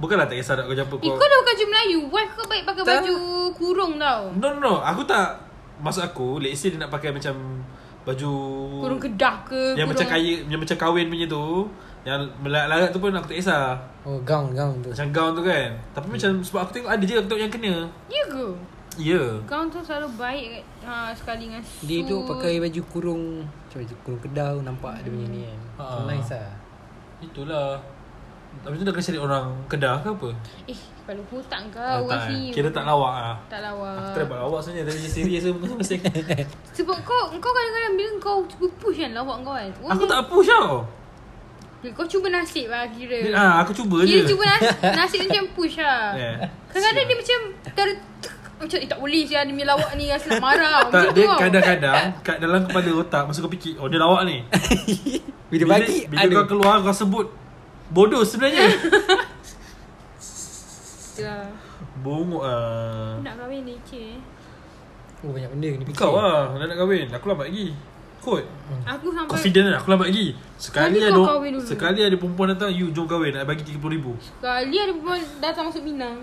[SPEAKER 1] Bukanlah tak kisah nak kerja apa
[SPEAKER 2] Eh, kau dah pakai baju Melayu. Wife kau baik pakai
[SPEAKER 3] Tak.
[SPEAKER 2] baju kurung tau.
[SPEAKER 1] No no no Aku tak Maksud aku Let's say dia nak pakai macam Baju
[SPEAKER 2] Kurung kedah ke?
[SPEAKER 1] Yang
[SPEAKER 2] kurung...
[SPEAKER 1] macam kaya Yang macam kahwin punya tu Yang melarat-larat tu pun aku tak kisah
[SPEAKER 3] Oh gown gown tu
[SPEAKER 1] Macam gown tu kan Tapi
[SPEAKER 3] Hmm.
[SPEAKER 1] macam Sebab aku tengok ada je Aku tengok yang kena
[SPEAKER 2] Ya ke?
[SPEAKER 1] Ya yeah.
[SPEAKER 2] Kau tu selalu baik kat- ha, sekali dengan suit.
[SPEAKER 3] Dia tu pakai baju kurung Macam baju kurung kedau Nampak dia punya ni kan
[SPEAKER 1] Ah.
[SPEAKER 3] Nice lah
[SPEAKER 1] Itulah Habis tu dah kena cari orang Kedah ke apa
[SPEAKER 2] Eh, kalau hutang kau
[SPEAKER 1] Ah, tak,
[SPEAKER 2] ah, orang
[SPEAKER 1] eh.
[SPEAKER 2] sini.
[SPEAKER 1] Kira tak lawak ah.
[SPEAKER 2] Tak
[SPEAKER 1] Aku
[SPEAKER 2] lawa.
[SPEAKER 1] try buat lawak sebenarnya Tapi dia serius tu Mesti mesti
[SPEAKER 2] Sebab kau kau kadang-kadang bila kau cuba push kan lawak kau kan. Orang
[SPEAKER 1] Aku
[SPEAKER 2] ni-
[SPEAKER 1] tak push tau
[SPEAKER 2] Kau cuba nasib lah kira.
[SPEAKER 1] Dia- ah, Aku cuba
[SPEAKER 2] Kira
[SPEAKER 1] je
[SPEAKER 2] cuba nasib, nasib macam push lah.
[SPEAKER 1] Eh.
[SPEAKER 2] Kadang-kadang dia macam tarik macam eh tak boleh sial dia punya lawak ni rasa nak marah. Macam
[SPEAKER 1] tak, dia
[SPEAKER 2] tu tau.
[SPEAKER 1] kadang-kadang kat dalam kepala otak masa kau fikir oh dia lawak ni.
[SPEAKER 3] Bila bagi
[SPEAKER 1] bila kau keluar kau sebut bodoh sebenarnya.
[SPEAKER 2] Itulah.
[SPEAKER 1] Bongok ah.
[SPEAKER 2] Nak kahwin leceh. eh.
[SPEAKER 3] Oh banyak benda kena fikir
[SPEAKER 1] Kau lah dah nak kahwin. Aku lambat lagi. Kot.
[SPEAKER 2] Aku sampai
[SPEAKER 1] Confident lah aku lambat lagi. Sekali
[SPEAKER 2] Sekali
[SPEAKER 1] ada
[SPEAKER 2] kau kahwin dulu.
[SPEAKER 1] sekali ada perempuan datang, you jom kahwin, nak bagi 30,000.
[SPEAKER 2] Kali ada perempuan datang masuk Minang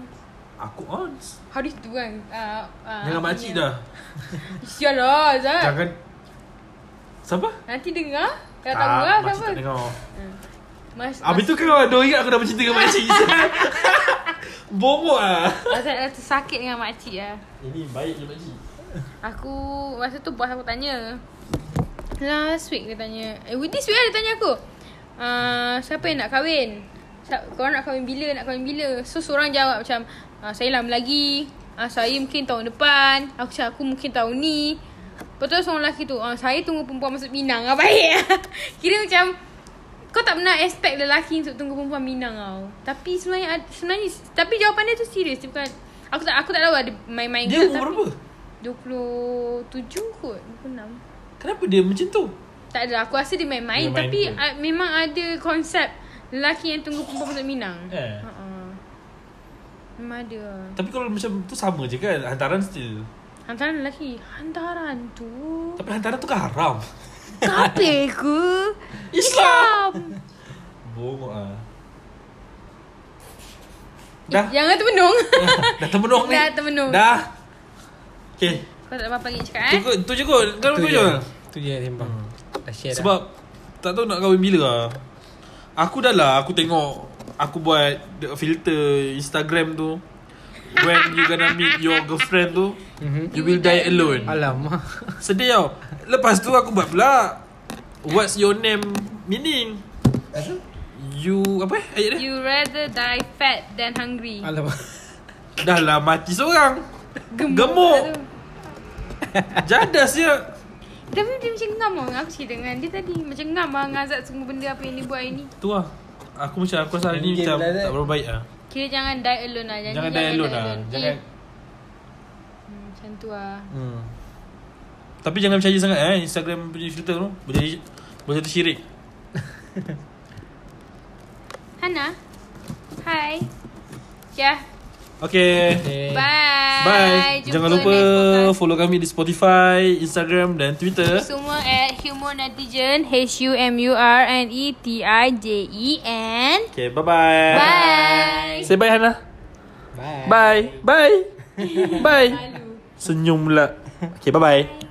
[SPEAKER 1] Aku on.
[SPEAKER 2] Hari tu kan uh, uh,
[SPEAKER 1] Jangan makcik dah.
[SPEAKER 2] Sial lah Zat
[SPEAKER 1] Jangan Siapa?
[SPEAKER 2] Nanti dengar Dah tahu lah
[SPEAKER 1] Ah, makcik
[SPEAKER 2] siapa
[SPEAKER 1] tak dengar. Ah,
[SPEAKER 2] Mas,
[SPEAKER 1] Habis tu kau ada ingat aku dah bercinta dengan makcik Bobok ah.
[SPEAKER 2] Azat rasa sakit dengan makcik lah
[SPEAKER 1] Ini baik je makcik
[SPEAKER 2] Aku Masa tu bos aku tanya Last week dia tanya Eh this week lah dia tanya aku uh, Siapa yang nak kahwin Siap, Korang nak kahwin bila Nak kahwin bila So seorang jawab macam uh, Saya lama lagi uh, Saya mungkin tahun depan Aku cakap aku mungkin tahun ni Lepas tu seorang lelaki tu uh, Saya tunggu perempuan masuk Minang lah Baik Kira macam Kau tak pernah expect lelaki Untuk tunggu perempuan Minang tau Tapi sebenarnya ad- Sebenarnya Tapi jawapan dia tu serius Dia bukan Aku tak aku tak tahu ada main-main
[SPEAKER 1] Dia umur
[SPEAKER 2] ke, tapi-
[SPEAKER 1] berapa?
[SPEAKER 2] 27 kot 26
[SPEAKER 1] Kenapa dia macam tu?
[SPEAKER 2] Tak ada Aku rasa dia main-main
[SPEAKER 1] Dia main
[SPEAKER 2] Tapi
[SPEAKER 1] ke?
[SPEAKER 2] uh, memang ada konsep Lelaki yang tunggu perempuan masuk minang
[SPEAKER 1] Eh.
[SPEAKER 2] uh-uh. Memang ada
[SPEAKER 1] Tapi kalau macam tu sama je kan Hantaran still
[SPEAKER 2] Hantaran lelaki Hantaran tu
[SPEAKER 1] Tapi hantaran tu kan haram
[SPEAKER 2] Kapil ke
[SPEAKER 1] Islam. Bongok ah. Dah
[SPEAKER 2] Dah Jangan termenung
[SPEAKER 1] Dah termenung ni
[SPEAKER 2] Ya. Dah termenung.
[SPEAKER 1] Dah Okay
[SPEAKER 2] Kau tak ada apa-apa lagi cakap eh
[SPEAKER 1] Cukup tu je kot Kau tu je Hmm.
[SPEAKER 3] Tu je yang sembang Ya Dah share dah
[SPEAKER 1] Sebab Tak tahu nak kahwin bila lah Aku dah lah Aku tengok Aku buat the Filter Instagram tu When you gonna meet your girlfriend tu
[SPEAKER 3] Mhm.
[SPEAKER 1] You will die alone
[SPEAKER 3] Alamak
[SPEAKER 1] Sedih tau Lepas tu aku buat pula What's your name Meaning You Apa eh ayat dia
[SPEAKER 2] You rather die fat than hungry
[SPEAKER 3] Alamak
[SPEAKER 1] Dah lah mati seorang
[SPEAKER 2] Gemuk,
[SPEAKER 1] Gemuk.
[SPEAKER 2] tu.
[SPEAKER 1] Jadas je
[SPEAKER 2] Tapi dia macam ngam lah Aku cerita dengan dia tadi Macam ngam lah Dengan Azad semua benda Apa yang dia buat hari ni
[SPEAKER 1] Tu lah Aku macam Aku rasa hari ni
[SPEAKER 3] Game
[SPEAKER 1] macam
[SPEAKER 3] lah, Zat.
[SPEAKER 1] Tak berapa baik lah
[SPEAKER 2] Kira jangan die alone lah Janji
[SPEAKER 1] Jangan die alone lah Jangan
[SPEAKER 2] Eh, Macam tu lah
[SPEAKER 3] Hmm.
[SPEAKER 1] Tapi jangan percaya sangat eh Instagram punya filter tu Boleh jadi Boleh jadi syirik
[SPEAKER 2] Hana Hai Syah
[SPEAKER 1] Okay
[SPEAKER 3] Okay.
[SPEAKER 2] Bye
[SPEAKER 1] Eh. Bye
[SPEAKER 2] Jumpa
[SPEAKER 1] Jangan lupa
[SPEAKER 2] next podcast.
[SPEAKER 1] Follow kami di Spotify Instagram dan Twitter
[SPEAKER 2] Semua at Humor Netizen E H-U-M-U-R-N-E-T-I-J-E-N
[SPEAKER 1] Okay bye bye
[SPEAKER 2] E Bye
[SPEAKER 1] Say bye Hannah
[SPEAKER 3] Bye.
[SPEAKER 1] Bye Bye Bye Senyum pula Okay bye bye